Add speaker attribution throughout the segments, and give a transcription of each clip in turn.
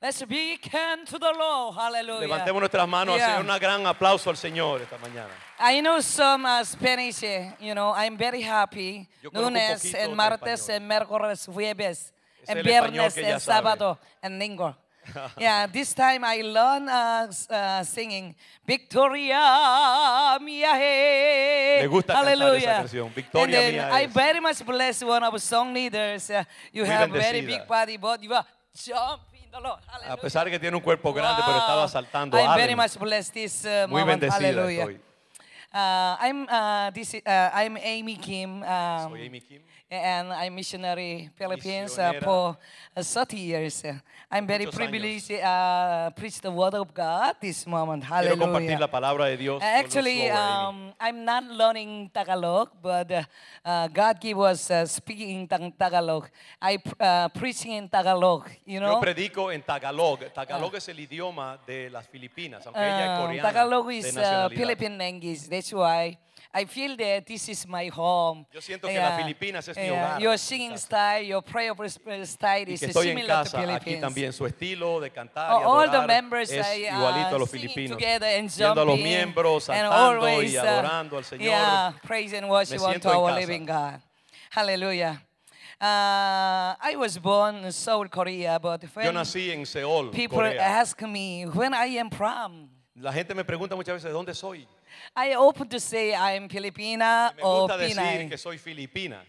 Speaker 1: Let's be kind to the Lord. Hallelujah.
Speaker 2: Levantemos nuestras
Speaker 1: Oh,
Speaker 2: manos, al
Speaker 1: Yeah.
Speaker 2: Señor, un gran aplauso al Señor esta mañana.
Speaker 1: I know some uh, Spanish, eh, you know, I'm very happy.
Speaker 2: Yo conozco un
Speaker 1: Lunes,
Speaker 2: poquito
Speaker 1: en
Speaker 2: de
Speaker 1: martes,
Speaker 2: español.
Speaker 1: en miércoles, jueves,
Speaker 2: Es
Speaker 1: en
Speaker 2: el español
Speaker 1: viernes,
Speaker 2: que ya
Speaker 1: en
Speaker 2: sabe.
Speaker 1: sábado, en domingo. yeah, this time I learn uh, s- uh, singing Victoria Mia He.
Speaker 2: Me gusta cantar esa
Speaker 1: Hallelujah.
Speaker 2: canción, Victoria
Speaker 1: and then
Speaker 2: mía
Speaker 1: I
Speaker 2: es.
Speaker 1: very much bless one of song leaders. Uh, you
Speaker 2: Muy
Speaker 1: have very
Speaker 2: bendecida.
Speaker 1: big body, but you are jumping the Lord.
Speaker 2: A
Speaker 1: Hallelujah.
Speaker 2: pesar de que tiene un cuerpo grande, pero estaba
Speaker 1: Wow.
Speaker 2: saltando.
Speaker 1: I'm
Speaker 2: Ave
Speaker 1: very
Speaker 2: María.
Speaker 1: much blessed this uh,
Speaker 2: Muy
Speaker 1: moment.
Speaker 2: bendecida
Speaker 1: Hallelujah.
Speaker 2: estoy.
Speaker 1: Uh, I'm uh, this. i- Uh, I'm Amy Kim. Um,
Speaker 2: Soy Amy Kim.
Speaker 1: And I'm missionary Philippines uh,
Speaker 2: Misionera.
Speaker 1: for uh, 30 years. I'm very
Speaker 2: Muchos años.
Speaker 1: privileged to uh, preach the word of God this moment.
Speaker 2: Quiero compartir la
Speaker 1: Hallelujah.
Speaker 2: palabra de Dios.
Speaker 1: Uh,
Speaker 2: con los
Speaker 1: Actually,
Speaker 2: Slow Amy.
Speaker 1: um, I'm not learning Tagalog, but uh, uh, God gave us uh, speaking in Tang- Tagalog. I pr- uh, preaching in Tagalog, you
Speaker 2: Yo
Speaker 1: know. uh,
Speaker 2: predico en Tagalog. Tagalog es el idioma de las Filipinas, aunque ella es
Speaker 1: Um,
Speaker 2: coreana.
Speaker 1: Tagalog
Speaker 2: de
Speaker 1: is uh,
Speaker 2: nacionalidad.
Speaker 1: Philippine language. That's why I feel that this is my home.
Speaker 2: Yo siento que las Filipinas es mi hogar,
Speaker 1: Your
Speaker 2: mi
Speaker 1: singing
Speaker 2: casa.
Speaker 1: style, your prayer pres- style
Speaker 2: Y
Speaker 1: is
Speaker 2: que estoy en
Speaker 1: similar to
Speaker 2: casa, aquí
Speaker 1: Philippines.
Speaker 2: también su estilo de cantar
Speaker 1: Oh,
Speaker 2: y
Speaker 1: all the
Speaker 2: adorar
Speaker 1: members
Speaker 2: es
Speaker 1: I, uh,
Speaker 2: igualito a los
Speaker 1: singing
Speaker 2: filipinos.
Speaker 1: together and
Speaker 2: Viendo a los
Speaker 1: jumping
Speaker 2: miembros
Speaker 1: and
Speaker 2: saltando
Speaker 1: always,
Speaker 2: y
Speaker 1: uh,
Speaker 2: adorando al Señor.
Speaker 1: Yeah, praise and worship
Speaker 2: Me
Speaker 1: unto
Speaker 2: siento en
Speaker 1: our
Speaker 2: casa.
Speaker 1: living God. Hallelujah. Uh, I was born in Seoul, Korea, but
Speaker 2: Yo
Speaker 1: when
Speaker 2: nací en Seúl,
Speaker 1: people
Speaker 2: Corea.
Speaker 1: ask me when I am from,
Speaker 2: La gente me pregunta muchas veces, ¿de dónde soy?
Speaker 1: I open to say I'm Filipina
Speaker 2: Y Me
Speaker 1: or
Speaker 2: gusta decir
Speaker 1: Pinay.
Speaker 2: que soy filipina.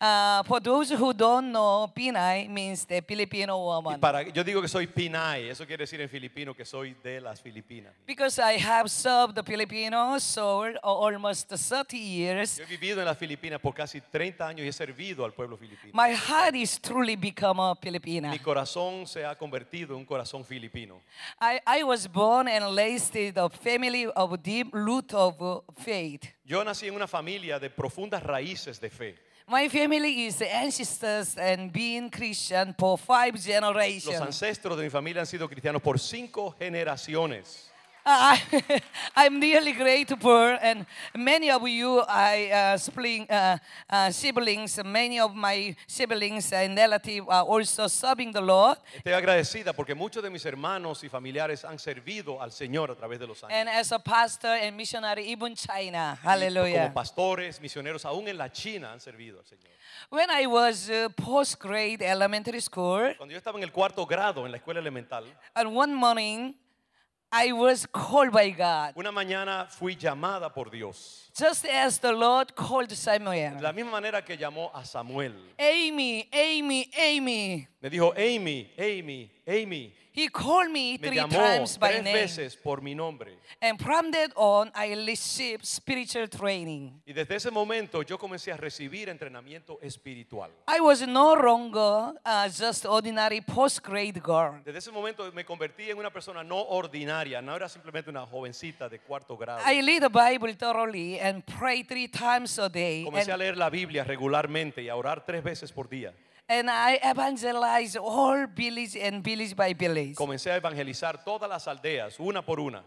Speaker 1: Uh, for those who don't know, Pinay means the Filipino
Speaker 2: Y
Speaker 1: woman.
Speaker 2: para, yo digo que soy Pinay, eso quiere decir en filipino que soy de las Filipinas.
Speaker 1: Because I have served the Filipino soul a- almost 30 years,
Speaker 2: Yo he vivido en las Filipinas por casi 30 años y he servido al pueblo filipino.
Speaker 1: my heart is truly become a Filipina.
Speaker 2: Mi corazón se ha convertido en un corazón filipino.
Speaker 1: I, I was born and raised in a family of deep root of uh, faith.
Speaker 2: Yo nací en una familia de profundas raíces de fe.
Speaker 1: My family is ancestors and being Christian for five
Speaker 2: Los
Speaker 1: generations.
Speaker 2: ancestros de mi familia han sido cristianos por cinco generaciones.
Speaker 1: Uh, I, I'm really grateful, and many of you, I uh, spling, uh, uh, siblings, many of my siblings and relatives are also serving the Lord.
Speaker 2: Estoy agradecida porque muchos de mis hermanos y familiares han servido al Señor a través de los años.
Speaker 1: And as a pastor and missionary, even China,
Speaker 2: Y Como
Speaker 1: hallelujah.
Speaker 2: pastores, misioneros, aún en la China han servido al Señor.
Speaker 1: When I was uh, post grade elementary school,
Speaker 2: Cuando yo estaba en el cuarto grado en la escuela elemental,
Speaker 1: and one morning, I was called by God,
Speaker 2: una mañana fui llamada por Dios.
Speaker 1: just as the Lord called Samuel.
Speaker 2: De la misma manera que llamó a Samuel.
Speaker 1: Amy, Amy, Amy.
Speaker 2: Me dijo, Amy, Amy, Amy.
Speaker 1: He called me
Speaker 2: Me
Speaker 1: three
Speaker 2: llamó
Speaker 1: times by
Speaker 2: tres
Speaker 1: name.
Speaker 2: veces por mi nombre.
Speaker 1: And from that on, I received spiritual training.
Speaker 2: Y desde ese momento yo comencé a recibir entrenamiento espiritual.
Speaker 1: I was no longer uh, just ordinary post-grade girl.
Speaker 2: Desde ese momento me convertí en una persona no ordinaria, no era simplemente una jovencita de cuarto grado.
Speaker 1: I read the Bible thoroughly and pray three times a day.
Speaker 2: Comencé a
Speaker 1: And,
Speaker 2: leer la Biblia regularmente y a orar tres veces por día.
Speaker 1: and I evangelized all village and village by village.
Speaker 2: Comencé a evangelizar todas las aldeas, una por una.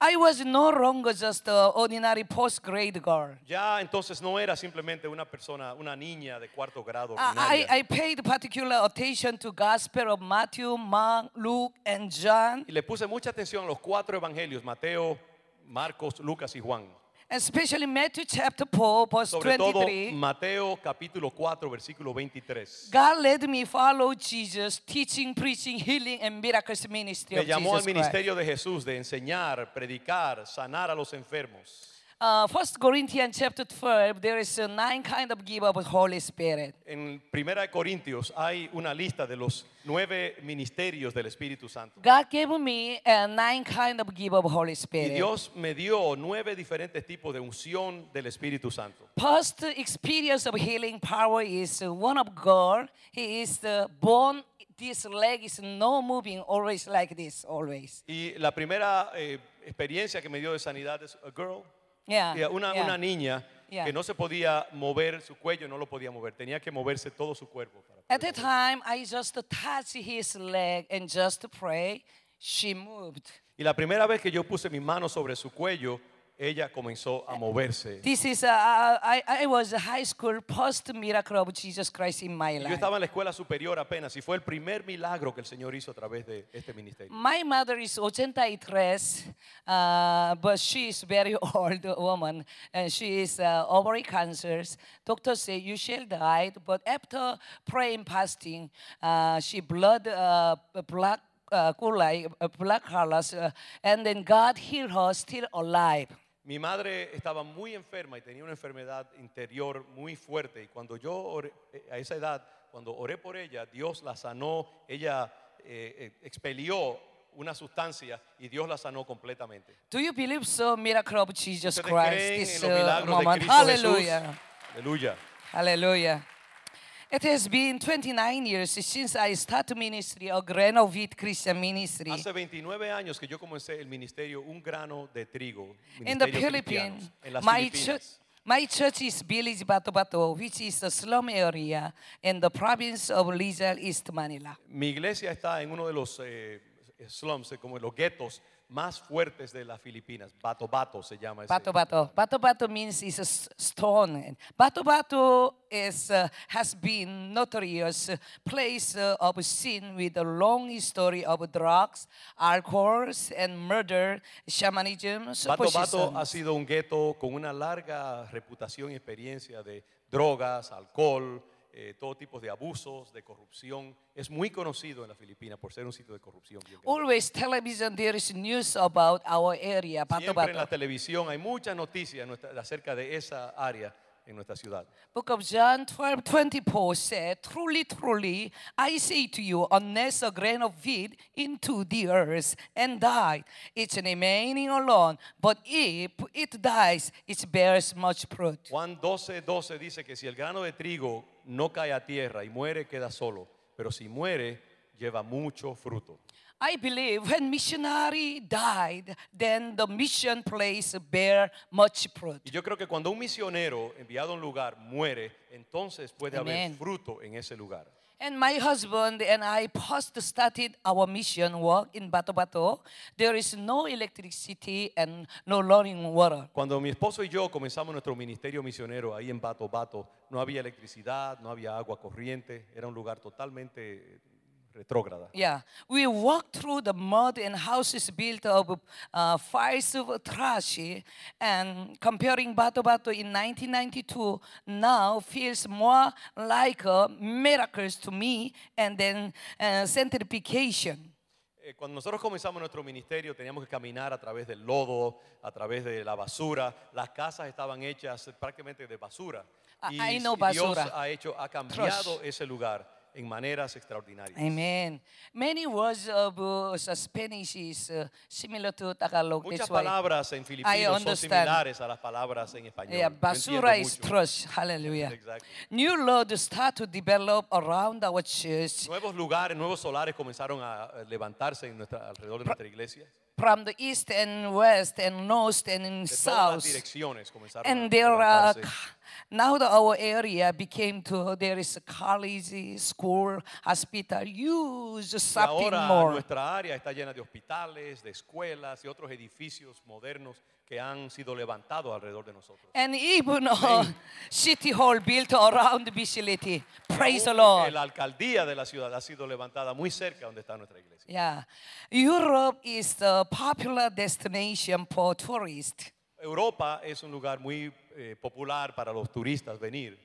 Speaker 1: I was no longer just an ordinary post-grade girl.
Speaker 2: Ya entonces no era simplemente una persona, una niña de cuarto grado.
Speaker 1: I,
Speaker 2: ordinaria.
Speaker 1: I I paid particular attention to gospel of Matthew, Mark, Luke, and John.
Speaker 2: y le puse mucha atención a los cuatro evangelios, Mateo, Marcos, Lucas y Juan.
Speaker 1: Especially Matthew chapter 4, verse
Speaker 2: Sobre todo
Speaker 1: 23.
Speaker 2: Mateo capítulo 4, versículo 23.
Speaker 1: God led me follow Jesus, teaching, preaching, healing, and miracles ministry
Speaker 2: Me
Speaker 1: of
Speaker 2: llamó al
Speaker 1: Jesus Christ.
Speaker 2: ministerio de Jesús de enseñar, predicar, sanar a los enfermos.
Speaker 1: Uh, First Corinthians chapter 12, there is uh, nine kind of give of the Holy Spirit.
Speaker 2: En Primera de Corintios hay una lista de los nueve ministerios del Espíritu Santo.
Speaker 1: God gave me uh, nine kind of give of Holy
Speaker 2: Y
Speaker 1: Spirit.
Speaker 2: Dios me dio nueve diferentes tipos de unción del Espíritu Santo.
Speaker 1: First experience of healing power is uh, one of God. He is the bone. This leg is no moving, always like this, always.
Speaker 2: Y la primera eh, experiencia que me dio de sanidad es a girl,
Speaker 1: Yeah.
Speaker 2: eh, una,
Speaker 1: Ah, yeah.
Speaker 2: una niña
Speaker 1: Yeah.
Speaker 2: que no se podía mover su cuello, no lo podía mover, tenía que moverse todo su cuerpo. para
Speaker 1: At
Speaker 2: poder
Speaker 1: that time, I just touched his leg and just pray. She moved.
Speaker 2: Y la primera vez que yo puse mi mano sobre su cuello, ella comenzó
Speaker 1: Eh,
Speaker 2: a moverse.
Speaker 1: This is, uh, I, I was a high school post miracle of Jesus Christ in my
Speaker 2: Y Yo
Speaker 1: life.
Speaker 2: estaba en la escuela superior apenas y fue el primer milagro que el Señor hizo a través de este ministerio.
Speaker 1: My mother is 83, uh, but she is very old woman, and she is uh, ovary cancers. Doctor say you shall die, but after praying, fasting, uh, she blood uh, black uh, coli, uh, black colors, uh, and then God heal her still alive.
Speaker 2: Mi madre estaba muy enferma y tenía una enfermedad interior muy fuerte y cuando yo oré- eh, a esa edad, cuando oré por ella, Dios la sanó, ella eh, eh, expelió una sustancia y Dios la sanó completamente.
Speaker 1: Do you believe so? Miracle of Jesus
Speaker 2: ¿Ustedes
Speaker 1: Christ,
Speaker 2: creen
Speaker 1: this
Speaker 2: en los
Speaker 1: uh,
Speaker 2: milagros de
Speaker 1: moment.
Speaker 2: Cristo
Speaker 1: Hallelujah.
Speaker 2: Jesús? Aleluya.
Speaker 1: Hallelujah. It has been 29 years since I started ministry, a grain of wheat Christian ministry.
Speaker 2: Hace 29 años que yo comencé el ministerio Un grano de trigo,
Speaker 1: In the
Speaker 2: ministerio
Speaker 1: Philippines,
Speaker 2: cristianos, en las
Speaker 1: my, church,
Speaker 2: Filipinas.
Speaker 1: my church is Village Bato Bato, which is a slum area in the province of Rizal, East Manila.
Speaker 2: Mi iglesia está en uno de los eh, slums, eh, como los guetos más fuertes de las Filipinas. Bato Bato se llama ese.
Speaker 1: Bato Bato. Bato Bato means it's a s- stone. And Bato Bato is, uh, has been notorious place uh, of sin with a long history of drugs, alcohols, and murder, shamanism,
Speaker 2: Bato
Speaker 1: superstition.
Speaker 2: Bato ha sido un gueto con una larga reputación y experiencia de drogas, alcohol, eh, todo tipo de abusos, de corrupción. Es muy conocido en las Filipinas por ser un sitio de corrupción. bien grande.
Speaker 1: Always television, there is news about our area, Bato
Speaker 2: Siempre en la
Speaker 1: Bato.
Speaker 2: televisión hay muchas noticias en nuestra- acerca de esa área en nuestra ciudad.
Speaker 1: Book of John 12, 24 said, Truly, truly, I say to you, unless a grain of wheat into the earth and die, it's remaining alone. But if it dies, it bears much fruit.
Speaker 2: Juan 12, 12 dice que si el grano de trigo no cae a tierra y muere, queda solo. Pero si muere, lleva mucho fruto.
Speaker 1: I believe when missionary died, then the mission place bear much fruit.
Speaker 2: Y yo creo que cuando un misionero enviado a un lugar muere, entonces puede haber
Speaker 1: Amén.
Speaker 2: fruto en ese lugar.
Speaker 1: And my husband and I first started our mission work in Bato Bato. There is no electricity and no running water.
Speaker 2: Cuando mi esposo y yo comenzamos nuestro ministerio misionero ahí en Bato Bato, no había electricidad, no había agua corriente, era un lugar totalmente eh, retrógrada.
Speaker 1: Yeah, we walked through the mud and houses built of uh, fires of trash, and comparing Bato Bato in 1992 now feels more like a miracles to me, and then uh, sanctification.
Speaker 2: Eh, Cuando nosotros comenzamos nuestro ministerio teníamos que caminar a través del lodo, a través de la basura. Las casas estaban hechas eh, prácticamente de basura.
Speaker 1: Ah,
Speaker 2: Y,
Speaker 1: ahí no
Speaker 2: y Dios
Speaker 1: basura.
Speaker 2: ha hecho, ha cambiado ese lugar en maneras extraordinarias.
Speaker 1: Amen. Many words of uh, Spanish is uh, similar to Tagalog.
Speaker 2: Muchas
Speaker 1: That's why.
Speaker 2: palabras en filipino son
Speaker 1: understand.
Speaker 2: similares a las palabras en español.
Speaker 1: Yeah,
Speaker 2: Yo entiendo
Speaker 1: basura is
Speaker 2: mucho.
Speaker 1: trash. Hallelujah.
Speaker 2: Exactly.
Speaker 1: New Lord start to develop around our church.
Speaker 2: Nuevos lugares, nuevos solares comenzaron a eh, levantarse en nuestra, alrededor de nuestra iglesia.
Speaker 1: from the east and west and north and in
Speaker 2: De todas las
Speaker 1: south.
Speaker 2: direcciones comenzaron a
Speaker 1: And there are
Speaker 2: levantarse.
Speaker 1: now that our area became to there is a college, school, hospital, huge
Speaker 2: Y
Speaker 1: something
Speaker 2: ahora
Speaker 1: more.
Speaker 2: nuestra área está llena de hospitales, de escuelas y otros edificios modernos que han sido levantados alrededor de nosotros.
Speaker 1: And even a city hall built around the facility. Praise the
Speaker 2: Aún
Speaker 1: Lord.
Speaker 2: La alcaldía de la ciudad ha sido levantada muy cerca donde está nuestra iglesia.
Speaker 1: Yeah. Europe is the popular destination for tourists.
Speaker 2: Europa es un lugar muy eh, popular para los turistas venir.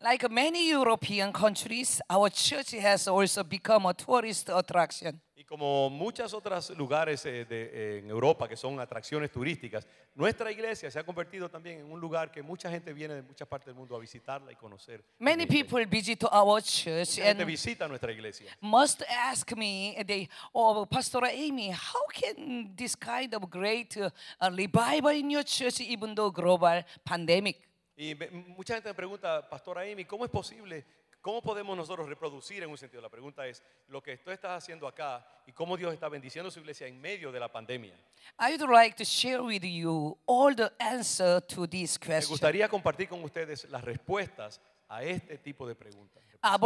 Speaker 1: Like many European countries, our church has also become a tourist attraction.
Speaker 2: Y como muchos otros lugares eh, de- eh, en Europa que son atracciones turísticas, nuestra iglesia se ha convertido también en un lugar que mucha gente viene de muchas partes del mundo a visitarla y conocer.
Speaker 1: Many
Speaker 2: Mucha
Speaker 1: people visit our church
Speaker 2: gente
Speaker 1: and
Speaker 2: visita nuestra iglesia.
Speaker 1: must ask me, they, oh, Pastor Amy, how can this kind of great uh, uh, revival in your church, even though global pandemic?
Speaker 2: Y me- mucha gente me pregunta, Pastora Amy, ¿cómo es posible? ¿Cómo podemos nosotros reproducir en un sentido? La pregunta es, lo que tú estás haciendo acá y cómo Dios está bendiciendo su iglesia en medio de la pandemia.
Speaker 1: I would like to share with you all the answer to this
Speaker 2: Me
Speaker 1: question.
Speaker 2: gustaría compartir con ustedes las respuestas a este tipo de preguntas.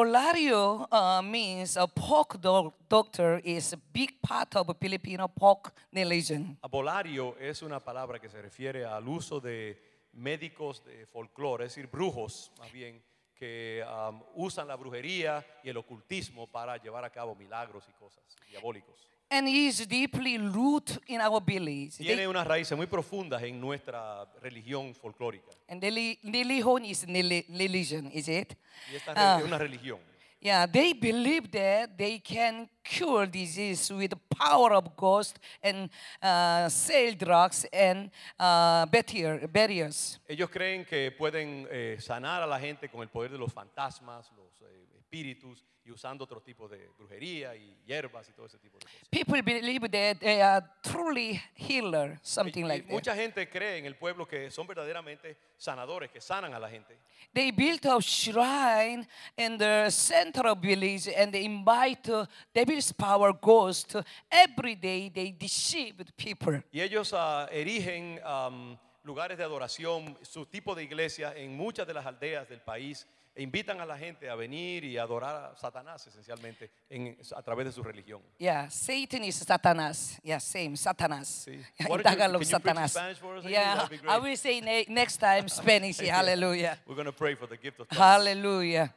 Speaker 1: Abolario uh, means a pork do- doctor is a big part of Filipino pork religion.
Speaker 2: Abolario es una palabra que se refiere al uso de médicos de folclore, es decir, brujos más bien, que um, usan la brujería y el ocultismo para llevar a cabo milagros y cosas diabólicos.
Speaker 1: And is deeply rooted in our beliefs. They-
Speaker 2: Tiene unas raíces muy profundas en nuestra religión folclórica.
Speaker 1: and the religion is nili- religion, is it?
Speaker 2: Y esta
Speaker 1: Ah.
Speaker 2: es una religión.
Speaker 1: Yeah, they believe that they can cure disease with the power of ghost and uh, sell drugs and uh, barrier, barriers.
Speaker 2: Ellos creen que pueden eh, sanar a la gente con el poder de los fantasmas, los eh, espíritus y usando otro tipo de brujería y hierbas y todo ese tipo de cosas.
Speaker 1: People believe that they are truly healer,
Speaker 2: Y- y
Speaker 1: something like that.
Speaker 2: mucha gente cree en el pueblo que son verdaderamente sanadores, que sanan a la gente.
Speaker 1: They built a shrine in the center of village and they invite uh, devil's power ghost. Every day they deceive people.
Speaker 2: Y ellos ah, erigen am, lugares de adoración, su tipo de iglesia en muchas de las aldeas del país e invitan a la gente a venir y adorar a Satanás esencialmente en- a través de su religión.
Speaker 1: Yeah, Satan is Satanas. Yeah, same, Satanas.
Speaker 2: Sí.
Speaker 1: Yeah,
Speaker 2: Why
Speaker 1: in
Speaker 2: don't you-
Speaker 1: Tagalog,
Speaker 2: can you preach in
Speaker 1: Satanas.
Speaker 2: Spanish for us, Amy?
Speaker 1: Yeah,
Speaker 2: That'd be
Speaker 1: I
Speaker 2: great.
Speaker 1: will say ne- next time Spanish. Hallelujah.
Speaker 2: We're going to pray for the gift of tongues.
Speaker 1: Hallelujah.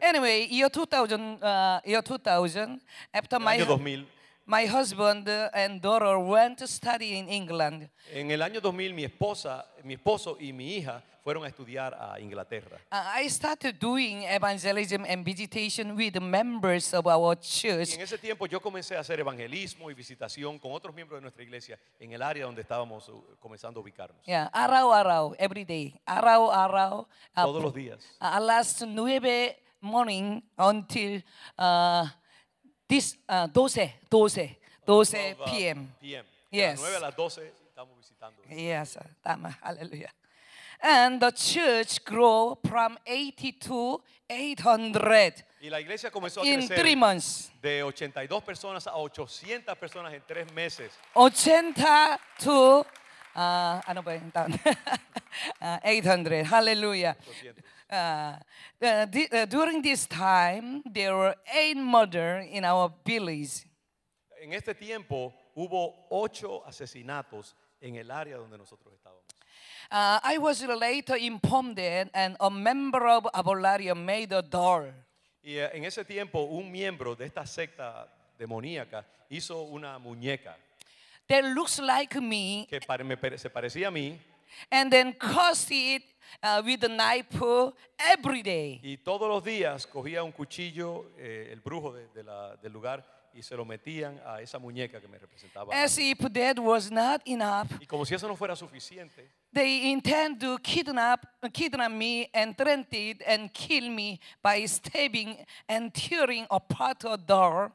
Speaker 1: Anyway, year 2000, uh, year 2000, after
Speaker 2: En el año
Speaker 1: my,
Speaker 2: 2000,
Speaker 1: my husband uh, and daughter went to study in England.
Speaker 2: en el año 2000 mi esposa, mi esposo y mi hija fueron a estudiar a Inglaterra.
Speaker 1: Uh, I started doing evangelism and visitation with members of our
Speaker 2: Y
Speaker 1: church.
Speaker 2: en ese tiempo yo comencé a hacer evangelismo y visitación con otros miembros de nuestra iglesia en el área donde estábamos uh, comenzando a ubicarnos.
Speaker 1: Yeah, arau arau every day. Arau arau. uh,
Speaker 2: Todos los días.
Speaker 1: Uh, last nueve morning until uh, this uh, 12, 12, 12
Speaker 2: 12, uh,
Speaker 1: p.m.
Speaker 2: PM. De las
Speaker 1: Yes.
Speaker 2: 9 a las 12 estamos visitando.
Speaker 1: Yes, Tama, hallelujah. And the church grew from 80 to 800
Speaker 2: Y la iglesia comenzó a
Speaker 1: in
Speaker 2: crecer
Speaker 1: three months.
Speaker 2: de 82 personas a 800 personas en tres meses.
Speaker 1: 80 to uh, ano ba yung taon? Uh, 800. Hallelujah.
Speaker 2: 800.
Speaker 1: Uh, uh, di- uh, during this time, there were eight murder in our village.
Speaker 2: En este tiempo hubo ocho asesinatos en el área donde nosotros estábamos.
Speaker 1: Uh, I was later informed that and a member of Abolario made a door.
Speaker 2: Y eh, en ese tiempo un miembro de esta secta demoníaca hizo una muñeca
Speaker 1: that looks like me
Speaker 2: que pare- me pare- se parecía a mí
Speaker 1: and then cursed it uh, with a knife uh, every day.
Speaker 2: y todos los días cogía un cuchillo, eh, el brujo de- de la- del lugar, y se lo metían a esa muñeca que me representaba. a
Speaker 1: As
Speaker 2: mí.
Speaker 1: if that was not enough,
Speaker 2: Y como si eso no fuera suficiente,
Speaker 1: they intend to kidnap, kidnap me and threaten it and kill me by stabbing and tearing apart a door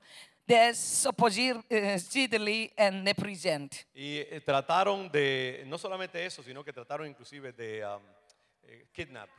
Speaker 1: that uh, supposedly and represent.
Speaker 2: Y eh, trataron de, no solamente eso, sino que trataron inclusive de um, eh, kidnap,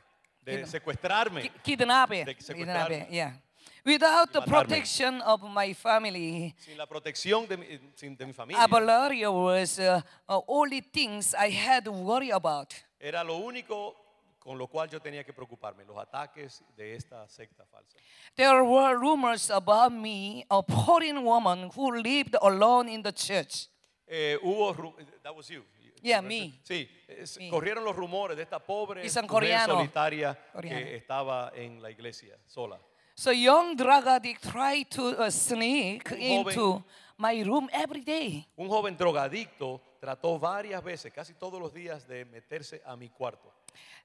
Speaker 2: de
Speaker 1: Kidnap.
Speaker 2: secuestrarme.
Speaker 1: Ki- Kidnap,
Speaker 2: De
Speaker 1: it,
Speaker 2: secuestrarme.
Speaker 1: kidnap, it, yeah. Without the
Speaker 2: Y matarme.
Speaker 1: protection of my family,
Speaker 2: sin la protección de mi, eh, sin-
Speaker 1: Ah,
Speaker 2: de mi familia.
Speaker 1: Abolario was uh, uh, only things I had to worry about.
Speaker 2: Era lo único con lo cual yo tenía que preocuparme, los ataques de esta secta falsa.
Speaker 1: There were rumors about me, a foreign woman who lived alone in the church.
Speaker 2: Eh, hubo, ru- that was you.
Speaker 1: Yeah, me.
Speaker 2: Sí, es-
Speaker 1: Me.
Speaker 2: corrieron los rumores de esta pobre
Speaker 1: Y son
Speaker 2: mujer
Speaker 1: coreano.
Speaker 2: solitaria
Speaker 1: Coreano.
Speaker 2: que estaba en la iglesia sola.
Speaker 1: So young drug addict tried to uh, sneak
Speaker 2: joven.
Speaker 1: into my room every day.
Speaker 2: Un joven drogadicto trató varias veces, casi todos los días, de meterse a mi cuarto.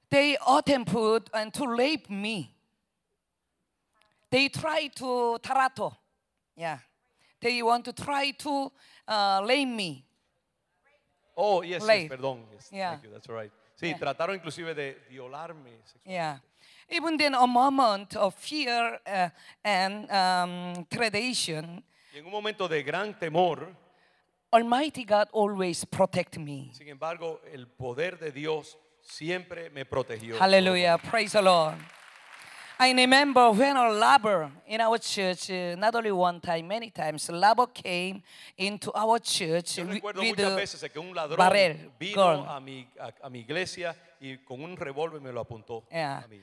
Speaker 1: They attempted and to rape me. They tried to tarato. Yeah. They want to try to uh, lame me.
Speaker 2: Oh, yes, yes,
Speaker 1: Late.
Speaker 2: perdón. Yes,
Speaker 1: Yeah.
Speaker 2: Thank you, that's right. Sí, trataron inclusive de violarme sexualmente.
Speaker 1: Yeah. Even then, a moment of fear uh, and um, trepidation,
Speaker 2: Y en un momento de gran temor,
Speaker 1: Almighty God always protect me.
Speaker 2: sin embargo, el poder de Dios siempre me protegió.
Speaker 1: Hallelujah. Praise the Lord. I remember when a lover in our church, uh, not only one time, many times, lover came into our church
Speaker 2: Yo
Speaker 1: wi-
Speaker 2: recuerdo
Speaker 1: with
Speaker 2: muchas
Speaker 1: a
Speaker 2: veces que un ladrón
Speaker 1: barrel
Speaker 2: vino
Speaker 1: gun.
Speaker 2: a mi, a, a mi iglesia y con un revólver me lo apuntó
Speaker 1: Yeah.
Speaker 2: a mí.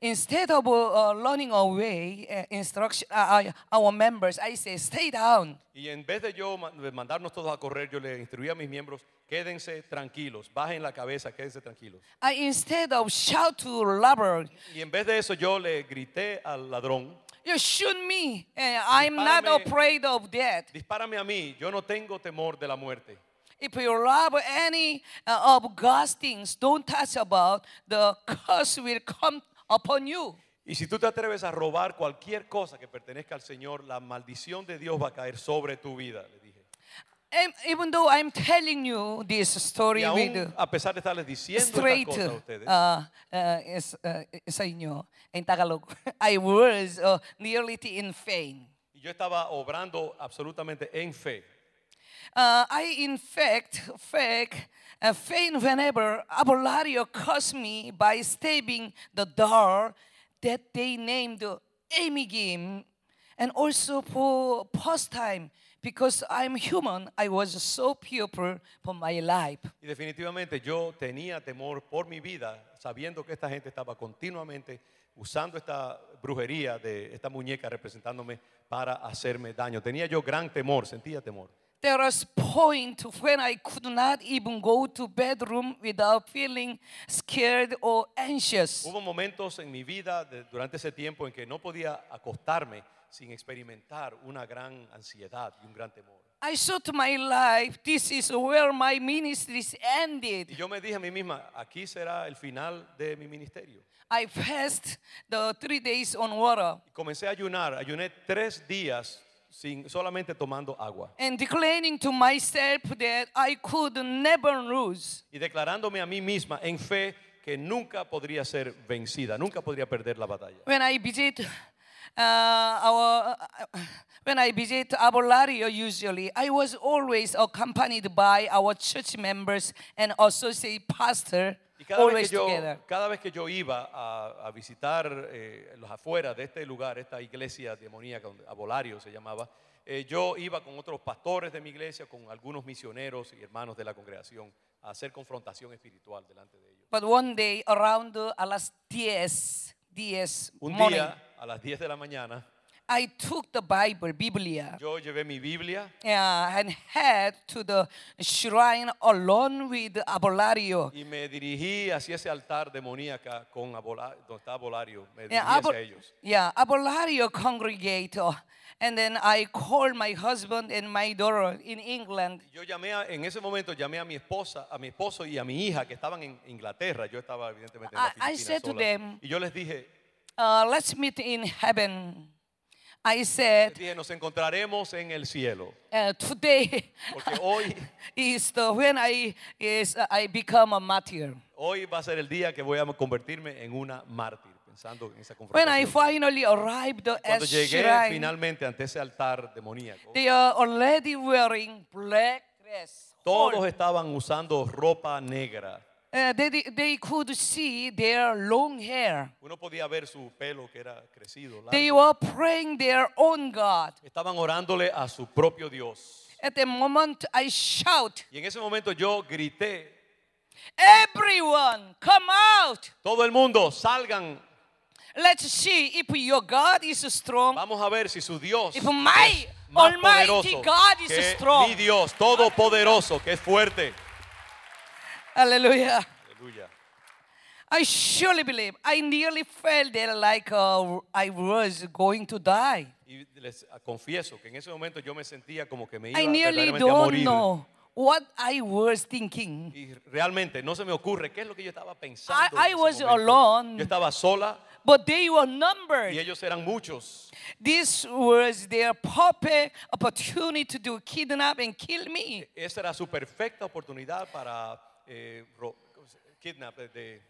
Speaker 1: Instead of uh, uh, running away, uh, instruction, uh, uh, our members, I say, stay down.
Speaker 2: Y en vez de yo ma- de mandarnos todos a correr, yo le instruí a mis miembros, quédense tranquilos, bajen la cabeza, quédense tranquilos.
Speaker 1: I, instead of shout to robber,
Speaker 2: Y en vez de eso yo le grité al ladrón,
Speaker 1: you shoot me, and I'm not
Speaker 2: Dispárame.
Speaker 1: afraid of death.
Speaker 2: dispárame a mí, yo no tengo temor de la muerte.
Speaker 1: If you rob any uh, of God's things, don't touch about, the curse will come upon you.
Speaker 2: Y si tú te atreves a robar cualquier cosa que pertenezca al Señor, la maldición de Dios va a caer sobre tu vida, le dije.
Speaker 1: And even though I'm telling you this
Speaker 2: Y
Speaker 1: story with
Speaker 2: aún a pesar de estarles diciendo estas
Speaker 1: straight
Speaker 2: cosas a ustedes,
Speaker 1: uh, uh, es- uh, sa inyo, in Tagalog, I was uh, nearly in vain.
Speaker 2: yo estaba obrando absolutamente en fe.
Speaker 1: Uh, I, in fact, fact uh, faint whenever Abolario cursed me by stabbing the door that they named Amy Game, and also for first time because I'm human. I was so pure for my life.
Speaker 2: Y definitivamente yo tenía temor por mi vida, sabiendo que esta gente estaba continuamente usando esta brujería de esta muñeca representándome para hacerme daño. Tenía yo gran temor, sentía temor.
Speaker 1: There was point when I could not even go to bedroom without feeling scared or anxious.
Speaker 2: Hubo momentos en mi vida de- durante ese tiempo en que no podía acostarme sin experimentar una gran ansiedad y un gran temor.
Speaker 1: I saw to my life, this is where my ministries ended.
Speaker 2: Y yo me dije a mí misma, aquí será el final de mi ministerio.
Speaker 1: I fast the three days on water
Speaker 2: Y comencé a ayunar, ayuné tres días sin, solamente tomando agua.
Speaker 1: and declaring to myself that I could never lose.
Speaker 2: y declarándome a mí misma en fe que nunca podría ser vencida, nunca podría perder la batalla.
Speaker 1: When I visit uh, our, uh, when I visit Abolario, usually I was always accompanied by our church members and associate pastor,
Speaker 2: Y cada vez,
Speaker 1: always
Speaker 2: que yo,
Speaker 1: together.
Speaker 2: cada vez que yo iba a, a visitar eh, los afueras de este lugar, esta iglesia demoníaca, donde- Abolario se llamaba, eh, yo iba con otros pastores de mi iglesia, con algunos misioneros y hermanos de la congregación, a hacer confrontación espiritual delante de ellos.
Speaker 1: But one day around uh, a las 10, 10
Speaker 2: Un
Speaker 1: morning,
Speaker 2: día, a las 10 de la mañana,
Speaker 1: I took the Bible, Biblia.
Speaker 2: yo llevé mi Biblia
Speaker 1: yeah, and head to the shrine alone with Abolario.
Speaker 2: y me dirigí hacia ese altar demoníaca con Abola- donde está Abolario, me dirigí
Speaker 1: Yeah, ah, Abo-
Speaker 2: hacia ellos.
Speaker 1: yeah, Abolario congregate. oh, And then I called my husband and my daughter in England.
Speaker 2: Yo llamé a- en ese momento llamé a mi esposa, a mi esposo y a mi hija que estaban en Inglaterra. Yo estaba evidentemente
Speaker 1: I-
Speaker 2: en la
Speaker 1: Ah, I
Speaker 2: Filipinas
Speaker 1: said to
Speaker 2: sola.
Speaker 1: them-
Speaker 2: y yo les dije,
Speaker 1: Uh, let's meet in heaven. I
Speaker 2: les
Speaker 1: said,
Speaker 2: dije, nos encontraremos en el cielo,
Speaker 1: uh, today
Speaker 2: porque hoy
Speaker 1: is the, when I, is, uh, I become a martyr.
Speaker 2: hoy va a ser el día que voy a convertirme en una mártir, pensando en esa
Speaker 1: When I
Speaker 2: confrontación.
Speaker 1: finally arrived at
Speaker 2: Cuando llegué
Speaker 1: shrine,
Speaker 2: finalmente ante ese altar demoníaco,
Speaker 1: they are already wearing black dress.
Speaker 2: todos estaban usando ropa negra.
Speaker 1: Uh, they, they- they could see their long hair.
Speaker 2: Uno podía ver su pelo que era crecido. largo.
Speaker 1: They were praying their own God.
Speaker 2: Estaban orándole a su propio Dios.
Speaker 1: At the moment I shout,
Speaker 2: Y en ese momento yo grité
Speaker 1: everyone, come out.
Speaker 2: Todo el mundo, salgan.
Speaker 1: Let's see if your God is strong.
Speaker 2: Vamos a ver si su Dios
Speaker 1: If my
Speaker 2: es más
Speaker 1: Almighty
Speaker 2: poderoso
Speaker 1: God is
Speaker 2: que
Speaker 1: strong.
Speaker 2: mi Dios todopoderoso, que es fuerte.
Speaker 1: Hallelujah.
Speaker 2: Aleluya.
Speaker 1: I surely believe. I nearly felt that like uh, I was going to die.
Speaker 2: Y les confieso que en ese momento yo me sentía como que me iba
Speaker 1: I nearly
Speaker 2: verdaderamente a
Speaker 1: don't
Speaker 2: morir.
Speaker 1: know what I was thinking.
Speaker 2: Y realmente no se me ocurre qué es lo que yo estaba pensando.
Speaker 1: I-
Speaker 2: en
Speaker 1: I
Speaker 2: ese
Speaker 1: was
Speaker 2: momento.
Speaker 1: alone.
Speaker 2: Yo estaba sola
Speaker 1: But they were
Speaker 2: y
Speaker 1: numbered.
Speaker 2: ellos eran muchos.
Speaker 1: This was their perfect opportunity to kidnap and kill me.
Speaker 2: Esa era su perfecta oportunidad para eh, ro- kidnap, de- de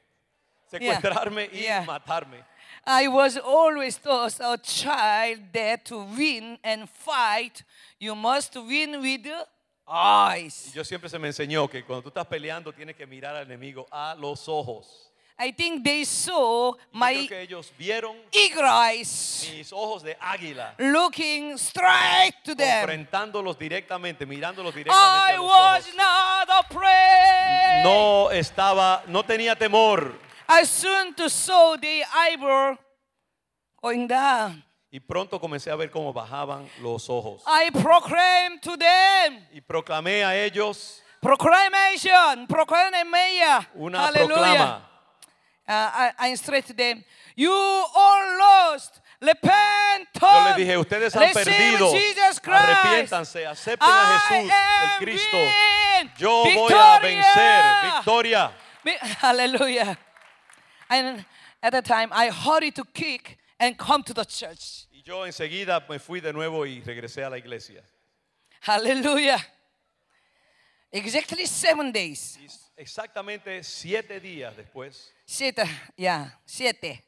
Speaker 2: secuestrarme y
Speaker 1: Yeah.
Speaker 2: matarme.
Speaker 1: I was always taught as a child that to win and fight, you must win with the eyes.
Speaker 2: Yo siempre se me enseñó que cuando tú estás peleando tienes que mirar al enemigo a los ojos.
Speaker 1: I think they saw
Speaker 2: Yo
Speaker 1: my
Speaker 2: creo que ellos vieron
Speaker 1: eager eyes
Speaker 2: mis ojos de águila,
Speaker 1: looking straight to them.
Speaker 2: enfrentándolos directamente, mirándolos directamente. a
Speaker 1: I
Speaker 2: los
Speaker 1: was
Speaker 2: ojos.
Speaker 1: not afraid.
Speaker 2: No estaba, no tenía temor.
Speaker 1: I soon to saw the eyebrow going down.
Speaker 2: Y pronto comencé a ver cómo bajaban los ojos.
Speaker 1: I proclaimed to them
Speaker 2: Y proclamé a ellos
Speaker 1: proclamation, proclamation.
Speaker 2: una proclama.
Speaker 1: Uh, I, I instructed them, you all lost. Repent.
Speaker 2: Yo les dije, ustedes han
Speaker 1: Receive
Speaker 2: perdido.
Speaker 1: Jesus Christ.
Speaker 2: Arrepiéntanse, acepten a
Speaker 1: I
Speaker 2: Jesús,
Speaker 1: am
Speaker 2: el Cristo.
Speaker 1: win.
Speaker 2: Yo voy a vencer.
Speaker 1: Victoria.
Speaker 2: Victoria.
Speaker 1: Me- Hallelujah. And at that time, I hurried to kick and come to the church.
Speaker 2: Y yo enseguida me fui de nuevo y regresé a la iglesia.
Speaker 1: Hallelujah. Exactly seven days.
Speaker 2: Y exactamente siete días después,
Speaker 1: Siete, yeah, siete.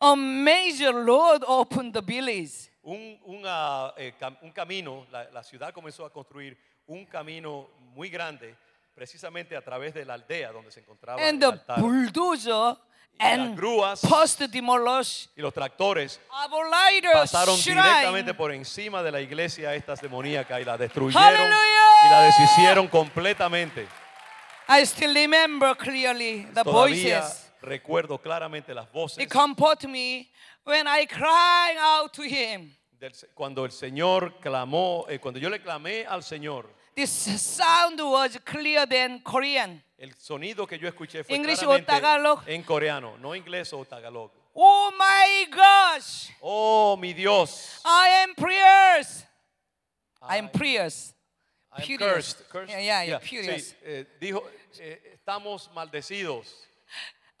Speaker 1: A major Lord opened the village.
Speaker 2: un, una, eh, cam- un camino, la, la ciudad comenzó a construir un camino muy grande, precisamente a través de la aldea donde se encontraba
Speaker 1: And
Speaker 2: el
Speaker 1: the
Speaker 2: altar.
Speaker 1: bulldozer and
Speaker 2: grúas.
Speaker 1: post demolish
Speaker 2: Y los tractores
Speaker 1: abolators
Speaker 2: pasaron directamente
Speaker 1: shrine.
Speaker 2: por encima de la iglesia a estas demoníacas y la destruyeron
Speaker 1: Hallelujah.
Speaker 2: y la deshicieron completamente.
Speaker 1: I still remember clearly the
Speaker 2: Todavía
Speaker 1: voices.
Speaker 2: recuerdo claramente las voces
Speaker 1: He comforted me when I cried out to him.
Speaker 2: del se- cuando el Señor clamó, eh, cuando yo le clamé al Señor.
Speaker 1: This sound was clearer than Korean.
Speaker 2: El sonido que yo escuché fue
Speaker 1: English o
Speaker 2: claramente
Speaker 1: tagalog.
Speaker 2: en coreano, no inglés o tagalog.
Speaker 1: Oh my gosh,
Speaker 2: Oh, mi Dios.
Speaker 1: I am prayers. I
Speaker 2: I-
Speaker 1: am prayers.
Speaker 2: I'm
Speaker 1: furious.
Speaker 2: cursed, cursed.
Speaker 1: Yeah, yeah, you're
Speaker 2: Sí,
Speaker 1: furious.
Speaker 2: eh, dijo, eh, estamos maldecidos.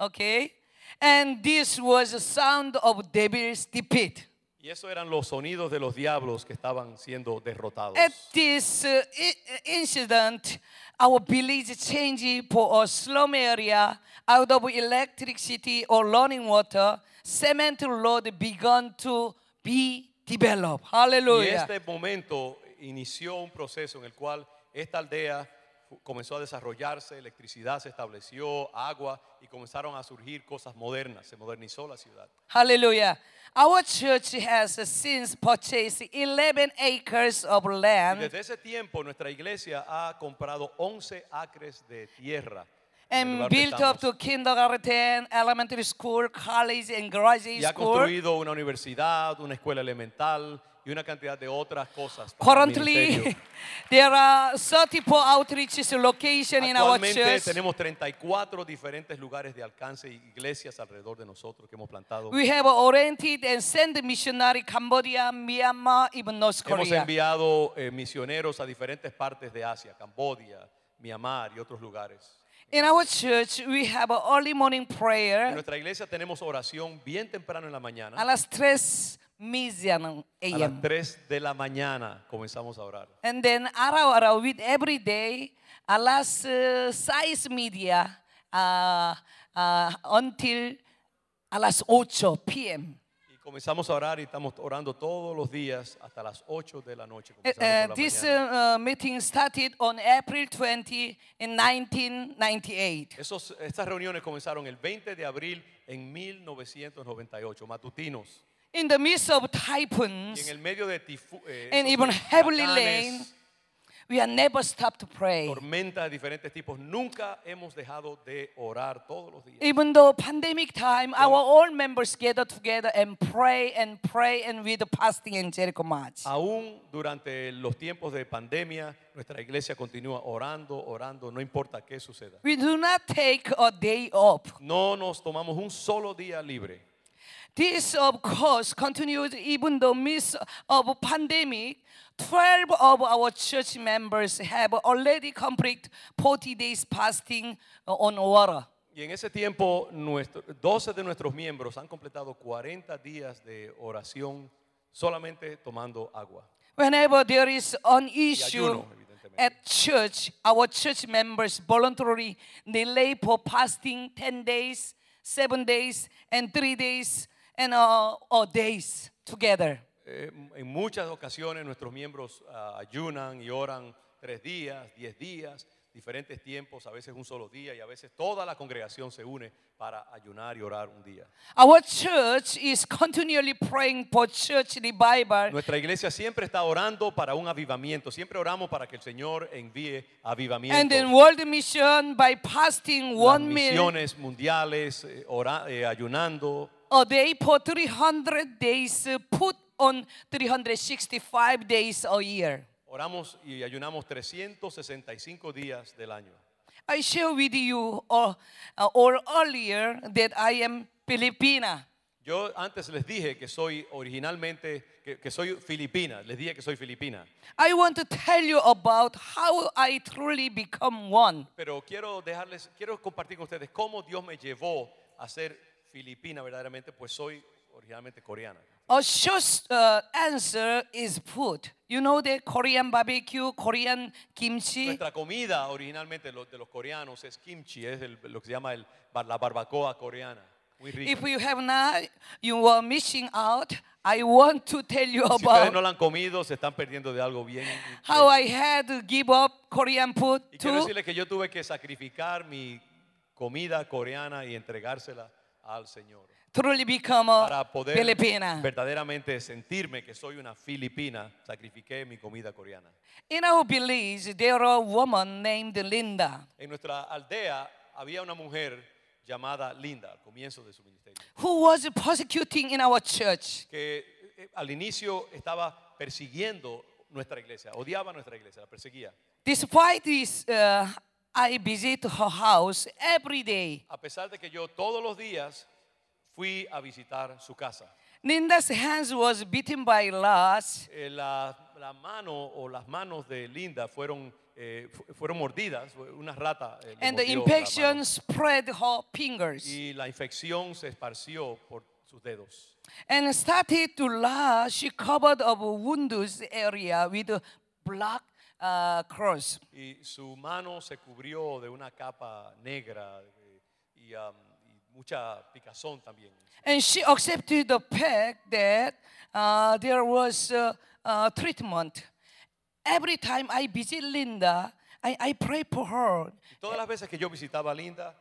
Speaker 1: Okay? And this was a sound of devil's defeat.
Speaker 2: Y eso eran los sonidos de los diablos que estaban siendo derrotados.
Speaker 1: At this uh, i- incident, our village changed for a slum area out of electricity or running water. Cement road began to be developed.
Speaker 2: y
Speaker 1: Hallelujah.
Speaker 2: este momento inició un proceso en el cual esta aldea fu- comenzó a desarrollarse, electricidad se estableció, agua y comenzaron a surgir cosas modernas, se modernizó la ciudad.
Speaker 1: Hallelujah. Our church has uh, since purchased 11 acres of
Speaker 2: Y
Speaker 1: land
Speaker 2: desde ese tiempo nuestra iglesia ha comprado 11 acres de tierra
Speaker 1: and
Speaker 2: en el lugar que
Speaker 1: built up
Speaker 2: estamos.
Speaker 1: to kindergarten, elementary school, college, and graduate
Speaker 2: y ha
Speaker 1: school.
Speaker 2: construido una universidad, una escuela elemental y una cantidad de otras cosas. para el
Speaker 1: Currently,
Speaker 2: ministerio.
Speaker 1: there are 34 outreaches location in our
Speaker 2: Actualmente
Speaker 1: church.
Speaker 2: tenemos 34 diferentes lugares de alcance y iglesias alrededor de nosotros que hemos plantado.
Speaker 1: We have oriented and sent missionary Cambodia, Myanmar, even North
Speaker 2: Hemos
Speaker 1: Korea.
Speaker 2: enviado eh, misioneros a diferentes partes de Asia, Cambodia, Myanmar y otros lugares.
Speaker 1: In our church, we have a early morning
Speaker 2: En
Speaker 1: prayer
Speaker 2: nuestra iglesia tenemos oración bien temprano en la mañana.
Speaker 1: a las 3 median
Speaker 2: a las
Speaker 1: a.m.
Speaker 2: 3 de la mañana comenzamos a orar.
Speaker 1: And then araw araw with every day alas uh, size media uh, uh, until alas 8 p.m.
Speaker 2: Y comenzamos a orar y estamos orando todos los días hasta las 8 de la noche.
Speaker 1: Uh, uh,
Speaker 2: comenzando por la
Speaker 1: this
Speaker 2: mañana.
Speaker 1: uh, uh, meeting started on April 20 in 1998.
Speaker 2: Esos- estas reuniones comenzaron el 20 de abril en 1998, matutinos.
Speaker 1: In the midst of
Speaker 2: Y en
Speaker 1: typhoons,
Speaker 2: el medio de tifu, eh,
Speaker 1: And
Speaker 2: esos
Speaker 1: even heavily
Speaker 2: huracanes,
Speaker 1: laden. we are never stopped to pray.
Speaker 2: tormentas de diferentes tipos, nunca hemos dejado de orar todos los días.
Speaker 1: Even though pandemic time, our all members gather together and pray and pray and with the fasting and Jericho March.
Speaker 2: Ah. Aún durante los tiempos de pandemia, nuestra iglesia continúa orando, orando, no importa qué suceda.
Speaker 1: We do not take a day off.
Speaker 2: No nos tomamos un solo día libre.
Speaker 1: This, of course, continues even though midst of pandemic. Twelve of our church members have already completed 40 days fasting uh, on water.
Speaker 2: Y en ese tiempo, nuestro- 12 de nuestros miembros han completado 40 días de oración solamente tomando agua.
Speaker 1: Whenever there is an issue
Speaker 2: ayuno, evidentemente.
Speaker 1: at church, our church members voluntarily they lay for fasting 10 days, 7 days, and 3 days, and uh, or days together.
Speaker 2: Eh, en muchas ocasiones nuestros miembros ah, ayunan y oran tres días, diez días, diferentes tiempos, a veces un solo día y a veces toda la congregación se une para ayunar y orar un día.
Speaker 1: Our church is continually praying for church revival.
Speaker 2: Nuestra iglesia siempre está orando para un avivamiento, siempre oramos para que el Señor envíe
Speaker 1: And
Speaker 2: avivamiento.
Speaker 1: in world mission by fasting
Speaker 2: Las
Speaker 1: one meal
Speaker 2: misiones mundiales, eh, ora- eh, ayunando,
Speaker 1: a day for 300 days, uh, put on 365 days a year.
Speaker 2: oramos y ayunamos 365 días del año.
Speaker 1: I share with you uh, uh, or earlier that I am Filipina.
Speaker 2: Yo antes les dije que soy originalmente, que, que soy filipina, les dije que soy filipina,
Speaker 1: I want to tell you about how I truly become one.
Speaker 2: pero quiero dejarles, quiero compartir con ustedes cómo Dios me llevó a ser filipina verdaderamente, pues soy originalmente coreana.
Speaker 1: A short uh, answer is food. You know the Korean barbecue, Korean kimchi.
Speaker 2: Nuestra comida originalmente lo- de los coreanos es kimchi, es el- lo que se llama el, bar- la barbacoa coreana, muy rica.
Speaker 1: If you have not, you are missing out. I want to tell you
Speaker 2: Si ustedes
Speaker 1: about
Speaker 2: no la han comido, se están perdiendo de algo bien.
Speaker 1: how I had to give up Korean food
Speaker 2: Y quiero
Speaker 1: to
Speaker 2: decirles que yo tuve que sacrificar mi comida coreana y entregársela al Señor.
Speaker 1: truly become a
Speaker 2: Para poder
Speaker 1: Filipina.
Speaker 2: verdaderamente sentirme que soy una filipina, sacrifiqué mi comida coreana.
Speaker 1: In our village, there are a woman named Linda
Speaker 2: En nuestra aldea había una mujer llamada Linda, al comienzo de su ministerio,
Speaker 1: who was persecuting in our church.
Speaker 2: que eh, al inicio estaba persiguiendo nuestra iglesia, odiaba nuestra iglesia, la perseguía.
Speaker 1: Despite this, uh, I visit her house every day.
Speaker 2: A pesar de que yo todos los días fui a visitar su casa.
Speaker 1: Linda's hands was beaten by lust.
Speaker 2: Eh, la, la mano o las manos de Linda fueron, eh, fu- fueron mordidas, fue una rata. eh, le
Speaker 1: And the
Speaker 2: mordió la mano.
Speaker 1: infection spread her fingers
Speaker 2: Y la infección se esparció por sus dedos.
Speaker 1: and started to last. She covered up wounds area with a black uh, cross.
Speaker 2: Y su mano se cubrió de una capa negra eh, y, um, y mucha picazón también.
Speaker 1: And she accepted the fact that uh, there was uh, uh, treatment. Every time I visit Linda, I, I pray for her.
Speaker 2: Y todas las veces que yo visitaba a Linda,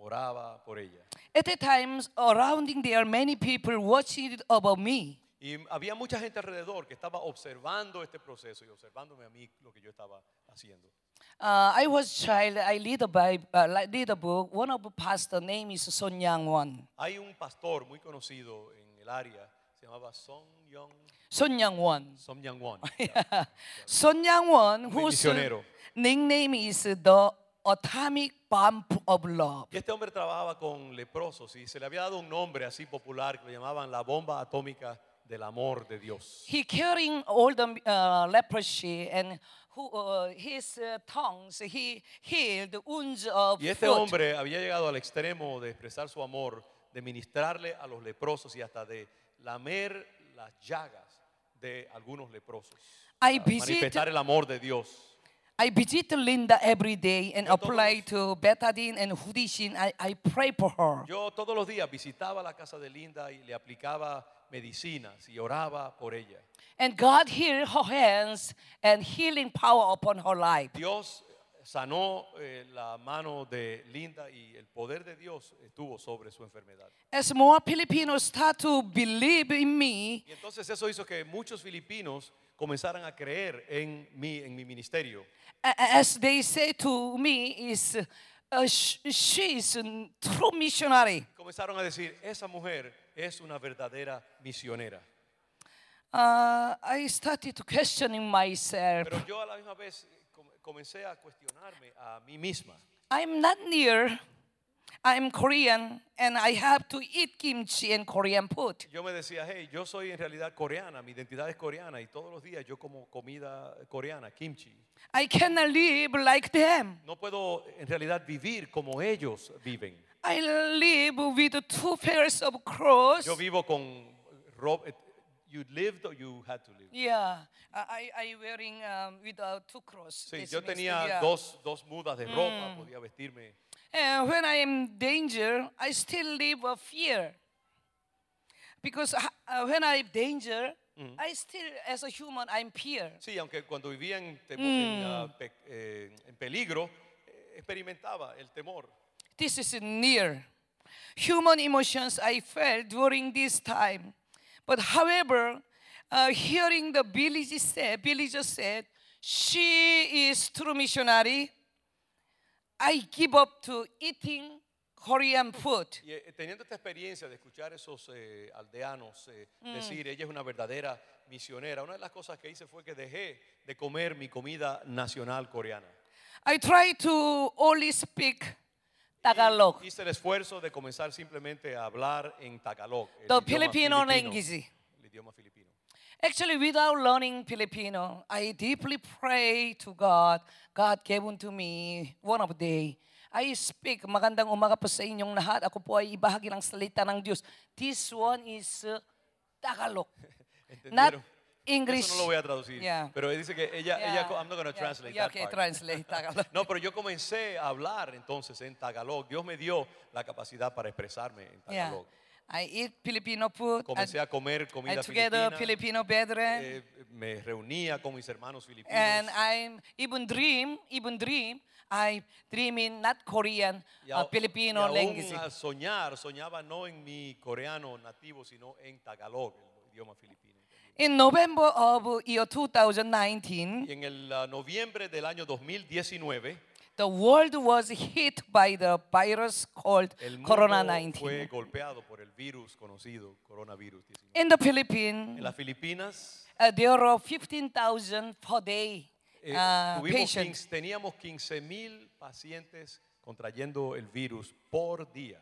Speaker 2: oraba por ella.
Speaker 1: At the times, around there are many people watching about me.
Speaker 2: Y había mucha gente alrededor que estaba observando este proceso y observándome a mí lo que yo estaba haciendo.
Speaker 1: Uh, I was child. I read a Bible, uh, li- read a book. One of the pastor name is Son Yang Won.
Speaker 2: Hay un pastor muy conocido en el área, se llamaba Song Yong,
Speaker 1: Son Yang Won.
Speaker 2: Song Yang Won.
Speaker 1: Son Yang Won, whose
Speaker 2: misionero.
Speaker 1: nickname is the Atomic Bomb of Love.
Speaker 2: Y este hombre trabajaba con leprosos y se le había dado un nombre así popular que lo llamaban la bomba atómica del amor de Dios.
Speaker 1: He curing all the uh, leprosy and who, uh, his uh, tongues. He healed wounds of
Speaker 2: Y este
Speaker 1: foot.
Speaker 2: hombre había llegado al extremo de expresar su amor, de ministrarle a los leprosos y hasta de lamer las llagas de algunos leprosos.
Speaker 1: I
Speaker 2: Para
Speaker 1: visit
Speaker 2: Manifestar el amor de Dios.
Speaker 1: I visit Linda every day and
Speaker 2: Yo todos
Speaker 1: apply
Speaker 2: los-
Speaker 1: to Betadine and Hudishin. I, I pray for her.
Speaker 2: Yo todos los días visitaba la casa de Linda y le aplicaba medicinas y oraba por ella.
Speaker 1: And God healed her hands and healing power upon her life.
Speaker 2: Dios sanó eh, la mano de Linda y el poder de Dios estuvo sobre su enfermedad.
Speaker 1: As more Filipinos start to believe in me,
Speaker 2: Y entonces eso hizo que muchos filipinos comenzaran a creer en mí, en mi ministerio.
Speaker 1: a- a- as they say to me, is uh, sh- she is a true missionary.
Speaker 2: Comenzaron a decir, esa mujer es una verdadera misionera.
Speaker 1: Uh, I started to questioning myself.
Speaker 2: Pero yo a la misma vez eh, com- comencé a cuestionarme a mí misma.
Speaker 1: I'm not near. I'm Korean and I have to eat kimchi and Korean food.
Speaker 2: Yo me decía, hey, yo soy en realidad coreana, mi identidad es coreana y todos los días yo como comida coreana, kimchi.
Speaker 1: I cannot live like them.
Speaker 2: No puedo en realidad vivir como ellos viven.
Speaker 1: I live with two pairs of clothes.
Speaker 2: Yo vivo con rob- eh, you lived or you had to live.
Speaker 1: Yeah, I, I I wearing um, without two cross.
Speaker 2: Sí,
Speaker 1: It's
Speaker 2: yo
Speaker 1: mixed,
Speaker 2: tenía
Speaker 1: yeah.
Speaker 2: dos, dos mudas de ropa, podía vestirme.
Speaker 1: And Uh, when I am in danger, I still live of fear. Because I- uh, when I'm danger, I still, as a human, I'm fear.
Speaker 2: Sí, aunque cuando vivía en, temo- en, ah, pe- eh, en peligro, experimentaba el temor.
Speaker 1: This is near. Human emotions I felt during this time. But however, uh, hearing the village said, villagers said, she is true missionary. I give up to eating Korean food.
Speaker 2: Y eh, teniendo esta experiencia de escuchar esos eh, aldeanos eh, decir, ella es una verdadera misionera, una de las cosas que hice fue que dejé de comer mi comida nacional coreana.
Speaker 1: I try to only speak Tagalog,
Speaker 2: Hice el esfuerzo de comenzar simplemente a hablar en Tagalog. el
Speaker 1: the
Speaker 2: idioma
Speaker 1: Filipino
Speaker 2: filipino,
Speaker 1: language.
Speaker 2: El idioma filipino.
Speaker 1: Actually, without learning Filipino, I deeply pray to God. God gave unto me one of day. I speak, magandang umaga po sa inyong lahat. Ako po ay ibahagi ng salita ng Diyos. This one is uh, Tagalog, not
Speaker 2: ¿Entendieron?
Speaker 1: English.
Speaker 2: Eso no lo voy a traducir.
Speaker 1: Yeah.
Speaker 2: Pero dice que ella,
Speaker 1: Yeah.
Speaker 2: ella co- I'm not gonna
Speaker 1: Yeah.
Speaker 2: translate
Speaker 1: Yeah,
Speaker 2: that
Speaker 1: okay,
Speaker 2: part.
Speaker 1: translate Tagalog.
Speaker 2: No, pero yo comencé a hablar entonces en Tagalog. Dios me dio la capacidad para expresarme en
Speaker 1: Yeah.
Speaker 2: Tagalog.
Speaker 1: I eat Filipino food. I,
Speaker 2: Comencé a comer
Speaker 1: I
Speaker 2: comida
Speaker 1: together
Speaker 2: filipina.
Speaker 1: Filipino brethren.
Speaker 2: eh, me reunía con mis hermanos filipinos.
Speaker 1: And I'm even dream, even dream, I dream in not Korean,
Speaker 2: Y
Speaker 1: uh,
Speaker 2: a- y
Speaker 1: Filipino
Speaker 2: aún
Speaker 1: language.
Speaker 2: a soñar, soñaba no en mi coreano nativo, sino en Tagalog, el idioma filipino.
Speaker 1: In November of uh, year
Speaker 2: Y
Speaker 1: 2019,
Speaker 2: en el ah, noviembre del año 2019,
Speaker 1: the world was hit by the virus called
Speaker 2: el mundo
Speaker 1: Corona
Speaker 2: fue
Speaker 1: 19.
Speaker 2: golpeado por el virus conocido, coronavirus 19.
Speaker 1: In the
Speaker 2: En
Speaker 1: Philippines,
Speaker 2: las Filipinas
Speaker 1: uh, there are 15,000 per day
Speaker 2: eh,
Speaker 1: uh,
Speaker 2: tuvimos
Speaker 1: patients.
Speaker 2: 15 teníamos 15 mil pacientes contrayendo el virus por día.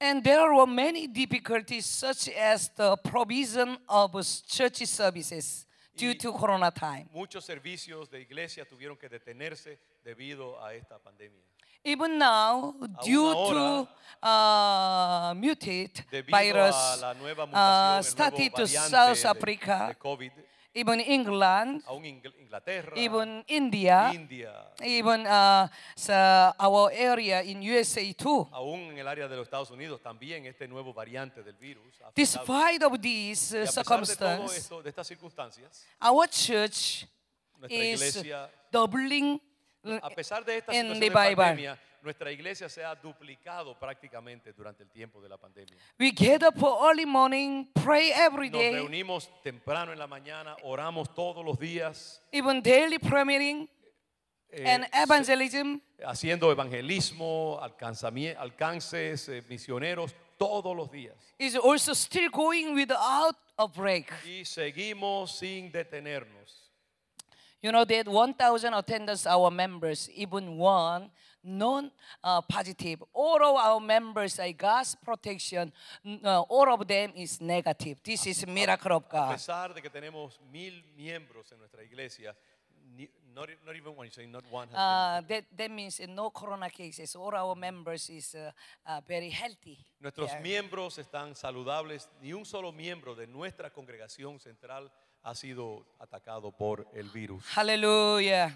Speaker 1: And there were many difficulties, such as the provision of church services due
Speaker 2: Y-
Speaker 1: to Corona time.
Speaker 2: Muchos servicios de iglesia tuvieron que detenerse debido a esta pandemia.
Speaker 1: Even now, due
Speaker 2: ahora,
Speaker 1: to uh, mutated
Speaker 2: Debido
Speaker 1: virus
Speaker 2: a la nueva
Speaker 1: uh,
Speaker 2: mutación, el nuevo
Speaker 1: started to
Speaker 2: variante
Speaker 1: South
Speaker 2: de-
Speaker 1: Africa,
Speaker 2: de COVID,
Speaker 1: even England,
Speaker 2: aún Ingl- Inglaterra,
Speaker 1: even India,
Speaker 2: India,
Speaker 1: even uh, so our area in USA too.
Speaker 2: aún en el área de los Estados Unidos también este nuevo variante del virus. ha afectado.
Speaker 1: Despite of these
Speaker 2: Y
Speaker 1: uh,
Speaker 2: a pesar de todo
Speaker 1: circumstances,
Speaker 2: esto, de estas circunstancias,
Speaker 1: our church
Speaker 2: nuestra
Speaker 1: is
Speaker 2: iglesia,
Speaker 1: doubling
Speaker 2: a pesar de esta
Speaker 1: in the
Speaker 2: situación de
Speaker 1: Eh, Bible.
Speaker 2: pandemia, nuestra iglesia se ha duplicado prácticamente durante el tiempo de la pandemia.
Speaker 1: We gather for early morning, pray every
Speaker 2: Nos
Speaker 1: day,
Speaker 2: reunimos temprano en la mañana, oramos todos los días,
Speaker 1: even daily prayer meeting
Speaker 2: eh,
Speaker 1: and evangelism.
Speaker 2: haciendo evangelismo, alcanzamie- alcances, eh, misioneros, todos los días.
Speaker 1: is also still going without a break.
Speaker 2: Y seguimos sin detenernos.
Speaker 1: You know that 1,000 attendance our members, even one non-positive. all of our members are God's protection. N- uh, all of them is negative. This is miracle of
Speaker 2: A
Speaker 1: God.
Speaker 2: pesar de que tenemos mil miembros en nuestra iglesia, ni- not, e- not even one, you say not one has been-
Speaker 1: Uh, that, that means no corona cases. All our members is uh, uh, very healthy.
Speaker 2: Nuestros
Speaker 1: Yeah.
Speaker 2: miembros están saludables, ni un solo miembro de nuestra congregación central ha sido atacado por el virus.
Speaker 1: Hallelujah.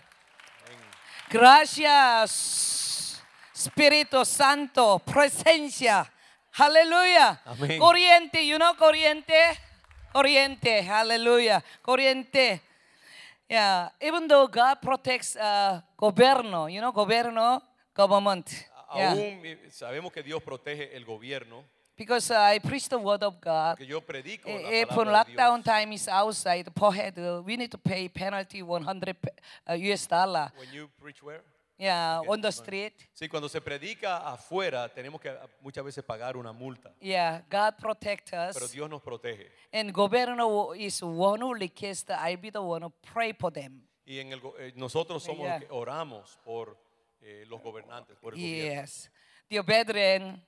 Speaker 1: Gracias, Espíritu Santo, presencia. Aleluya.
Speaker 2: Amén.
Speaker 1: Corriente, you know corriente? Corriente, hallelujah. Corriente. Yeah, even though God protects uh, gobierno, you know, gobierno, government.
Speaker 2: A-
Speaker 1: Yeah.
Speaker 2: Aún eh, sabemos que Dios protege el gobierno,
Speaker 1: Because I preach the word of God.
Speaker 2: que yo predico la
Speaker 1: If on
Speaker 2: palabra de Dios.
Speaker 1: eh, lockdown time is outside, per head, uh, we need to pay penalty 100 pe- uh, US dollar.
Speaker 2: When you preach where?
Speaker 1: Yeah,
Speaker 2: Okay,
Speaker 1: on the
Speaker 2: fine.
Speaker 1: street.
Speaker 2: Sí, cuando se predica afuera tenemos que ah, muchas veces pagar una multa,
Speaker 1: Yeah, God protect us.
Speaker 2: pero Dios nos protege.
Speaker 1: And governor is one who request I be the one who pray for them.
Speaker 2: Y en el go- eh, nosotros somos los
Speaker 1: Yeah.
Speaker 2: que oramos por eh, los gobernantes, por el gobierno.
Speaker 1: Yes. Dear brethren,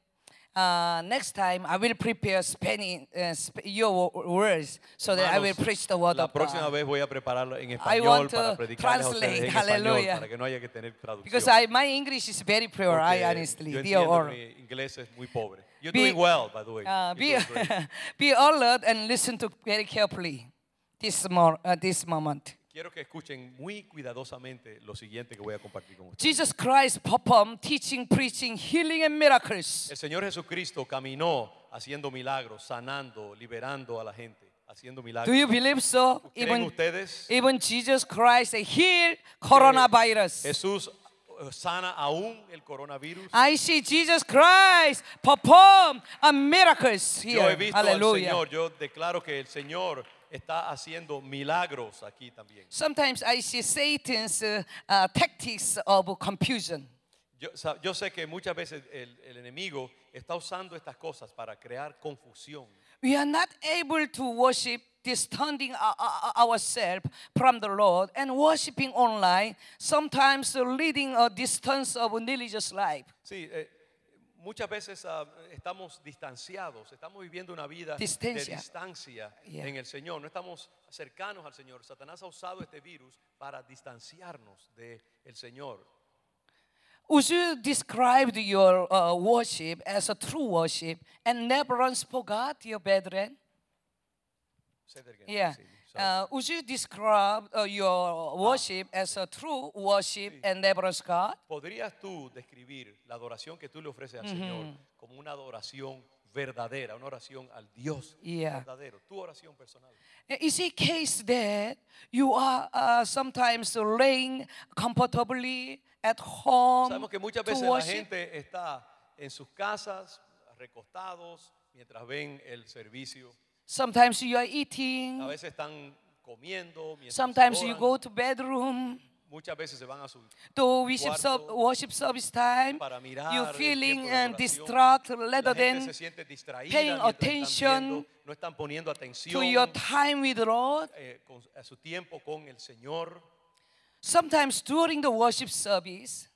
Speaker 1: uh, next time I will prepare Spanish, uh, sp- your wo- words so that I will
Speaker 2: Hermanos,
Speaker 1: preach the word
Speaker 2: la
Speaker 1: of God.
Speaker 2: próxima vez voy a prepararlo en
Speaker 1: want
Speaker 2: español
Speaker 1: to
Speaker 2: para predicarles a ustedes
Speaker 1: translate,
Speaker 2: en español
Speaker 1: hallelujah.
Speaker 2: para que no haya que tener traducción.
Speaker 1: Because I, my English is very poor,
Speaker 2: porque
Speaker 1: I
Speaker 2: yo
Speaker 1: honestly, dear
Speaker 2: entiendo
Speaker 1: all.
Speaker 2: que mi inglés es muy pobre. You're
Speaker 1: Be-
Speaker 2: doing well, by the way.
Speaker 1: Uh,
Speaker 2: You're
Speaker 1: be,
Speaker 2: doing great.
Speaker 1: be alert and listen to very carefully this, mor- uh, this moment.
Speaker 2: Quiero que escuchen muy cuidadosamente lo siguiente que voy a compartir con ustedes.
Speaker 1: Jesus Christ performed teaching, preaching, healing, and miracles.
Speaker 2: El Señor Jesucristo caminó haciendo milagros, sanando, liberando a la gente, haciendo
Speaker 1: Do you
Speaker 2: milagros.
Speaker 1: believe so?
Speaker 2: ¿Creen
Speaker 1: Even,
Speaker 2: ustedes?
Speaker 1: even Jesus Christ healed coronavirus.
Speaker 2: Jesús eh, sana aún el coronavirus.
Speaker 1: I see Jesus Christ perform a miracles
Speaker 2: Yo he
Speaker 1: here.
Speaker 2: visto al
Speaker 1: Hallelujah.
Speaker 2: Señor, yo declaro que el Señor está haciendo milagros aquí también.
Speaker 1: Sometimes I see Satan's uh, uh, tactics of confusion.
Speaker 2: Yo, sa- yo sé que muchas veces el, el enemigo está usando estas cosas para crear confusión.
Speaker 1: We are not able to worship, distancing our- our- ourselves from the Lord and worshiping online, sometimes leading a distance of religious life.
Speaker 2: Sí, eh, muchas veces ah, estamos distanciados, estamos viviendo una vida
Speaker 1: Distancia.
Speaker 2: de distancia
Speaker 1: Yeah.
Speaker 2: en el Señor, no estamos cercanos al Señor. Satanás ha usado este virus para distanciarnos del Señor.
Speaker 1: Would you describe your uh, worship as a true worship and never runs for God, your brethren?
Speaker 2: Say that again,
Speaker 1: Yeah.
Speaker 2: Cecilia. Sorry.
Speaker 1: Uh, would you describe uh, your worship as a true worship and never runs God?
Speaker 2: ¿Podrías tú describir la adoración que tú le ofreces al Señor como una adoración verdadera, una oración al Dios
Speaker 1: Yeah.
Speaker 2: verdadero, tu oración personal?
Speaker 1: Is it case that you are uh, sometimes laying comfortably at home
Speaker 2: Sabemos que muchas
Speaker 1: Um, to
Speaker 2: veces la
Speaker 1: worship?
Speaker 2: gente está en sus casas, recostados, mientras ven el servicio.
Speaker 1: Sometimes you are
Speaker 2: A
Speaker 1: eating.
Speaker 2: veces están comiendo, mientras
Speaker 1: Mm. Sometimes you
Speaker 2: oran.
Speaker 1: go to bedroom
Speaker 2: muchas veces se van a su
Speaker 1: to worship, sub,
Speaker 2: Cuarto
Speaker 1: worship service time.
Speaker 2: para mirar.
Speaker 1: You
Speaker 2: el
Speaker 1: feeling
Speaker 2: tiempo de
Speaker 1: and
Speaker 2: adoración.
Speaker 1: distracted
Speaker 2: La
Speaker 1: rather
Speaker 2: gente
Speaker 1: than
Speaker 2: se siente distraída
Speaker 1: paying
Speaker 2: mientras están
Speaker 1: attention
Speaker 2: viendo, no están poniendo
Speaker 1: to
Speaker 2: atención
Speaker 1: your time with the Lord.
Speaker 2: eh, con- a su tiempo con el Señor.
Speaker 1: Sometimes during the worship service,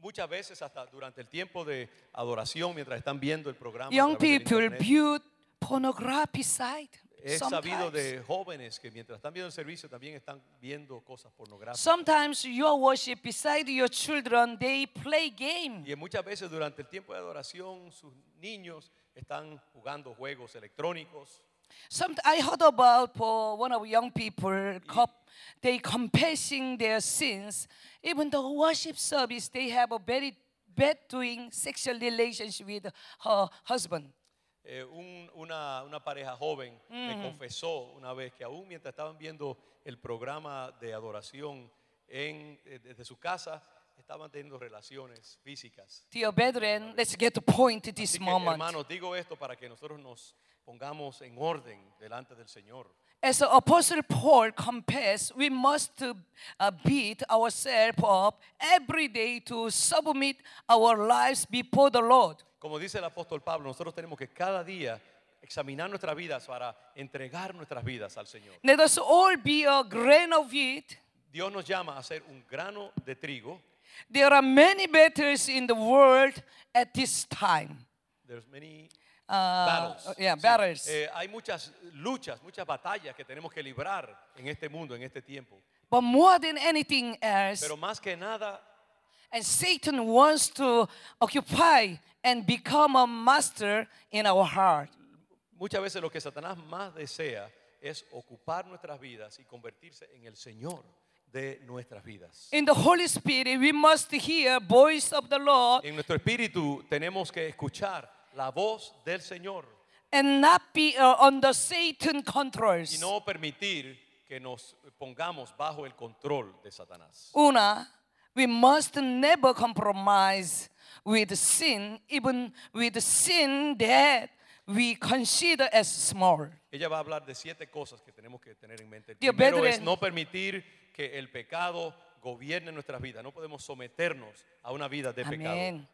Speaker 2: Muchas veces hasta durante el tiempo de adoración, mientras están viendo el programa. a
Speaker 1: young
Speaker 2: través del
Speaker 1: people
Speaker 2: internet.
Speaker 1: viewed pornography site.
Speaker 2: He sabido
Speaker 1: Sometimes.
Speaker 2: de jóvenes que mientras están viendo el servicio también están viendo cosas pornográficas.
Speaker 1: Sometimes your worship beside your children, they play game.
Speaker 2: Y en muchas veces durante el tiempo de adoración sus niños están jugando juegos electrónicos.
Speaker 1: Some, I heard about for one of young people, cop, they confessing their sins. Even the worship service, they have a very bad doing sexual relationship with her husband.
Speaker 2: Eh, un- una, una pareja joven
Speaker 1: Mm.
Speaker 2: me confesó una vez que aún mientras estaban viendo el programa de adoración en, eh, desde su casa, estaban teniendo relaciones físicas.
Speaker 1: Dear brethren, let's get the point at this
Speaker 2: Así que,
Speaker 1: moment.
Speaker 2: hermanos, digo esto para que nosotros nos pongamos en orden delante del Señor.
Speaker 1: As the Apostle Paul confessed, we must uh, beat ourselves up every day to submit our lives before the Lord.
Speaker 2: Como dice el apóstol Pablo, nosotros tenemos que cada día examinar nuestras vidas para entregar nuestras vidas al Señor.
Speaker 1: Let us all be a grain of wheat.
Speaker 2: Dios nos llama a ser un grano de trigo.
Speaker 1: There are many battles in the world at this time.
Speaker 2: There's many
Speaker 1: Uh,
Speaker 2: battles.
Speaker 1: yeah,
Speaker 2: Sí.
Speaker 1: battles.
Speaker 2: Eh, hay muchas luchas, muchas batallas que tenemos que librar en este mundo, en este tiempo.
Speaker 1: But more than anything else,
Speaker 2: Pero más que nada,
Speaker 1: and Satan wants to occupy and become a master in our heart.
Speaker 2: muchas veces lo que Satanás más desea es ocupar nuestras vidas y convertirse en el Señor de nuestras vidas.
Speaker 1: In the Holy Spirit, we must hear voice of the Lord
Speaker 2: En nuestro espíritu tenemos que escuchar la voz del Señor.
Speaker 1: and not be uh, under Satan
Speaker 2: y
Speaker 1: controls.
Speaker 2: no permitir que nos pongamos bajo el control de Satanás.
Speaker 1: Una, we must never compromise with sin, even with sin that we consider as small.
Speaker 2: Ella va a hablar de siete cosas que tenemos que tener en mente. El
Speaker 1: Dear
Speaker 2: primero es
Speaker 1: brethren.
Speaker 2: no permitir que el pecado gobierne nuestras vidas. No podemos someternos a una vida de pecado.
Speaker 1: Amen.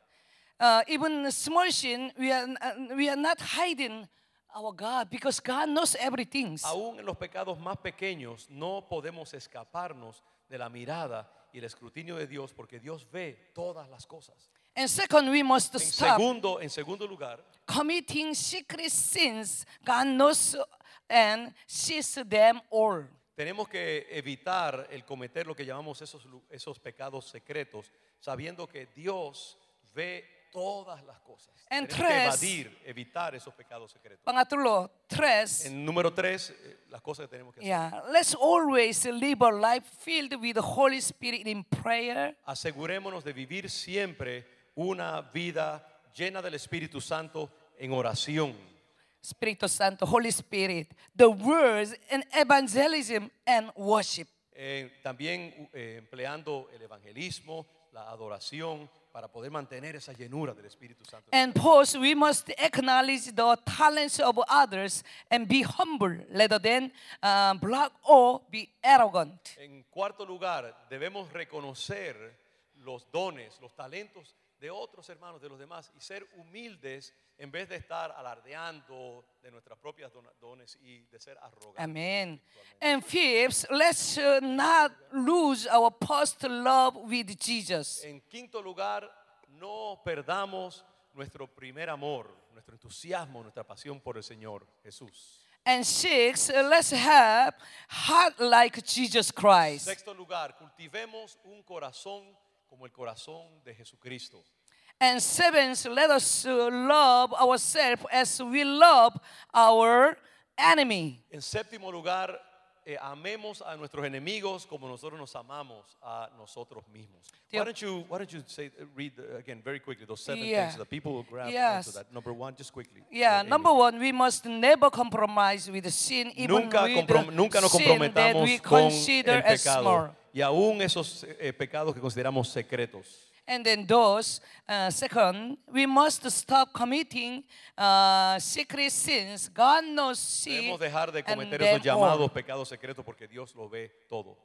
Speaker 1: Uh, even the small sin, we are, uh, we are not hiding our God because God knows everything.
Speaker 2: Aún en los pecados más pequeños no podemos escaparnos de la mirada y el escrutinio de Dios porque Dios ve todas las cosas.
Speaker 1: And second, we must
Speaker 2: En
Speaker 1: stop
Speaker 2: segundo, en segundo lugar,
Speaker 1: committing secret sins. God knows and sees them all.
Speaker 2: Tenemos que evitar el cometer lo que llamamos esos, lu- esos pecados secretos, sabiendo que Dios ve todas las cosas.
Speaker 1: En
Speaker 2: Tenemos que
Speaker 1: tres.
Speaker 2: evadir, evitar esos pecados secretos.
Speaker 1: Pangatlo, tres.
Speaker 2: En número tres, eh, las cosas que tenemos que hacer.
Speaker 1: Yeah, Uh, let's always live a life filled with the Holy Spirit in prayer,
Speaker 2: Asegurémonos de vivir siempre una vida llena del Espíritu Santo en oración.
Speaker 1: Espíritu Santo, Holy Spirit, the words and evangelism and worship.
Speaker 2: Eh, también eh, empleando el evangelismo, la adoración para poder mantener esa llenura del Espíritu Santo.
Speaker 1: And first, we must acknowledge the talents of others and be humble rather than uh, block or be arrogant.
Speaker 2: En cuarto lugar, debemos reconocer los dones, los talentos de otros hermanos, de los demás, y ser humildes en vez de estar alardeando de nuestras propias dona- dones y de ser arrogantes.
Speaker 1: Amen. And fifth, let's uh, not lose our first love with Jesus.
Speaker 2: En quinto lugar, no perdamos nuestro primer amor, nuestro entusiasmo, nuestra pasión por el Señor Jesús.
Speaker 1: And six, let's have heart like Jesus Christ.
Speaker 2: Sexto lugar, cultivemos un corazón como el corazón de Jesucristo.
Speaker 1: And seventh, let us uh, love ourselves as we love our enemy.
Speaker 2: En séptimo lugar, eh, amemos a nuestros enemigos como nosotros nos amamos a nosotros mismos.
Speaker 1: Tío.
Speaker 2: Why don't you, why don't you say, read uh, again very quickly those seven
Speaker 1: Yeah.
Speaker 2: things that people will grab
Speaker 1: Yes.
Speaker 2: onto that. Number one, just quickly.
Speaker 1: Yeah,
Speaker 2: Amy.
Speaker 1: number one, we must never compromise with sin, even
Speaker 2: nunca,
Speaker 1: with
Speaker 2: comprom-
Speaker 1: the
Speaker 2: nunca nos
Speaker 1: sin that
Speaker 2: comprometamos
Speaker 1: we
Speaker 2: con
Speaker 1: consider
Speaker 2: el
Speaker 1: as small.
Speaker 2: pecado. Y aún esos eh, pecados que consideramos secretos.
Speaker 1: And then those, uh, second, we must stop committing uh, secret sins. God knows she
Speaker 2: Debemos dejar de
Speaker 1: and
Speaker 2: cometer
Speaker 1: them
Speaker 2: esos llamados
Speaker 1: all.
Speaker 2: pecados secretos porque Dios lo ve todo.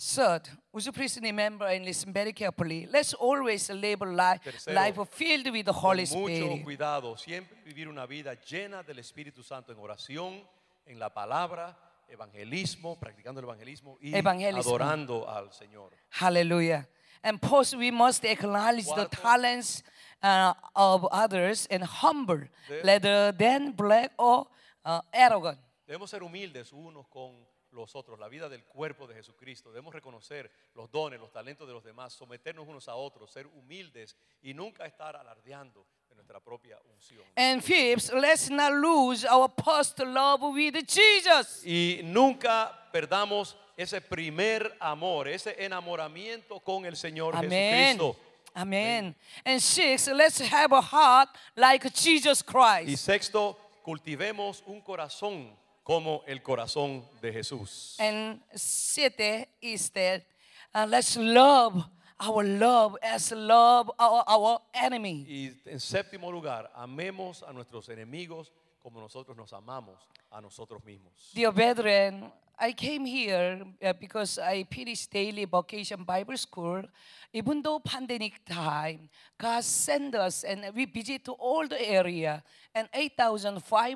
Speaker 1: Third, would you please remember and listen very carefully? Let's always live a li-
Speaker 2: Tercero,
Speaker 1: life filled with the
Speaker 2: Con
Speaker 1: Holy
Speaker 2: mucho
Speaker 1: Spirit.
Speaker 2: cuidado, siempre vivir una vida llena del Espíritu Santo en oración, en la palabra, evangelismo, practicando el evangelismo y
Speaker 1: Evangelismo.
Speaker 2: adorando al Señor.
Speaker 1: Hallelujah. And first, we must acknowledge the
Speaker 2: Cuarto.
Speaker 1: talents uh, of others and humble
Speaker 2: De-
Speaker 1: rather than black or uh, arrogant.
Speaker 2: Debemos ser humildes unos con los otros, la vida del cuerpo de Jesucristo. Debemos reconocer los dones, los talentos de los demás, someternos unos a otros, ser humildes y nunca estar alardeando de nuestra propia unción.
Speaker 1: And fifth, let's not lose our first love with Jesus.
Speaker 2: Y nunca perdamos ese primer amor, ese enamoramiento con el Señor
Speaker 1: Amen.
Speaker 2: Jesucristo.
Speaker 1: Amen. And six, let's have a heart like Jesus Christ.
Speaker 2: Y sexto, cultivemos un corazón como el corazón de Jesús.
Speaker 1: And siete is that uh, let's love our love as love our, our enemy.
Speaker 2: Y en séptimo lugar, amemos a nuestros enemigos como nosotros nos amamos a nosotros mismos.
Speaker 1: Dear brethren, I came here uh, because I finished daily vacation Bible school. Even though pandemic time, God sent us and we visit to all the area, and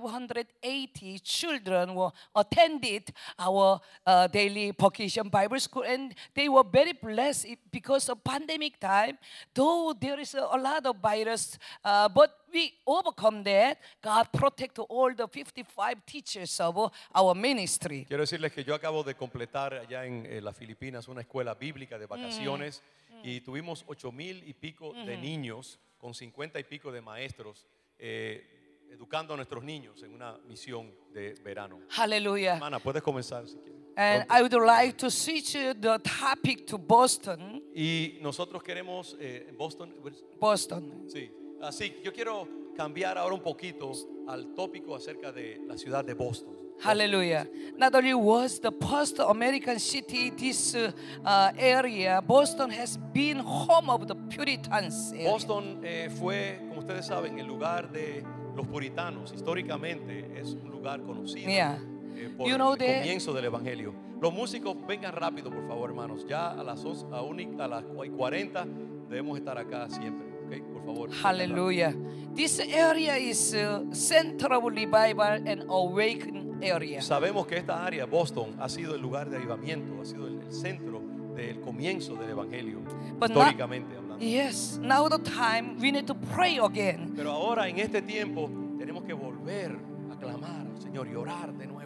Speaker 1: 8,580 children were attended our uh, daily vacation Bible school, and they were very blessed it- because of pandemic time. Though there is a lot of virus, uh, but we overcome that. God protect all the 55 teachers of our ministry.
Speaker 2: Quiero decirles que yo acabo de completar allá en eh, las Filipinas una escuela bíblica de vacaciones y tuvimos ocho mil y pico de niños con 50 y pico de maestros eh, educando a nuestros niños en una misión de verano.
Speaker 1: Hallelujah.
Speaker 2: Hermana, puedes comenzar si quieres.
Speaker 1: And
Speaker 2: Pronto.
Speaker 1: I would like to switch uh, the topic to Boston.
Speaker 2: Y nosotros queremos eh, en Boston. pues,
Speaker 1: Boston.
Speaker 2: Sí. Así, yo quiero cambiar ahora un poquito al tópico acerca de la ciudad de Boston.
Speaker 1: Hallelujah. Not only was the first American city this uh, uh, area, Boston has been home of the Puritans. area.
Speaker 2: Boston eh, fue, como ustedes saben, el lugar de los puritanos. Históricamente es un lugar conocido
Speaker 1: Yeah.
Speaker 2: eh, por
Speaker 1: You know
Speaker 2: el
Speaker 1: the-
Speaker 2: comienzo del Evangelio. Los músicos, vengan rápido, por favor, hermanos. Ya a las, 11 a, uni- a las cua- 40 debemos estar acá siempre. ¿ok? Por favor. vengan rápido.
Speaker 1: Hallelujah. This area is uh, center of revival and awakening area.
Speaker 2: Sabemos que esta área, Boston, ha sido el lugar de avivamiento, ha sido el, el centro del comienzo del Evangelio,
Speaker 1: But now-
Speaker 2: históricamente hablando.
Speaker 1: Yes, now the time we need to pray again.
Speaker 2: Pero ahora, en este tiempo, tenemos que volver a clamar al Señor y orar de nuevo.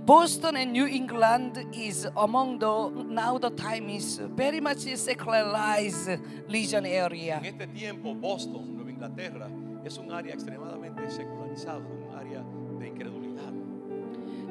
Speaker 1: Boston and New England is among the now the time is very much secularized region area.
Speaker 2: En este tiempo, Boston, Nueva Inglaterra, es un área extremadamente secularizada, un área de incredulidad.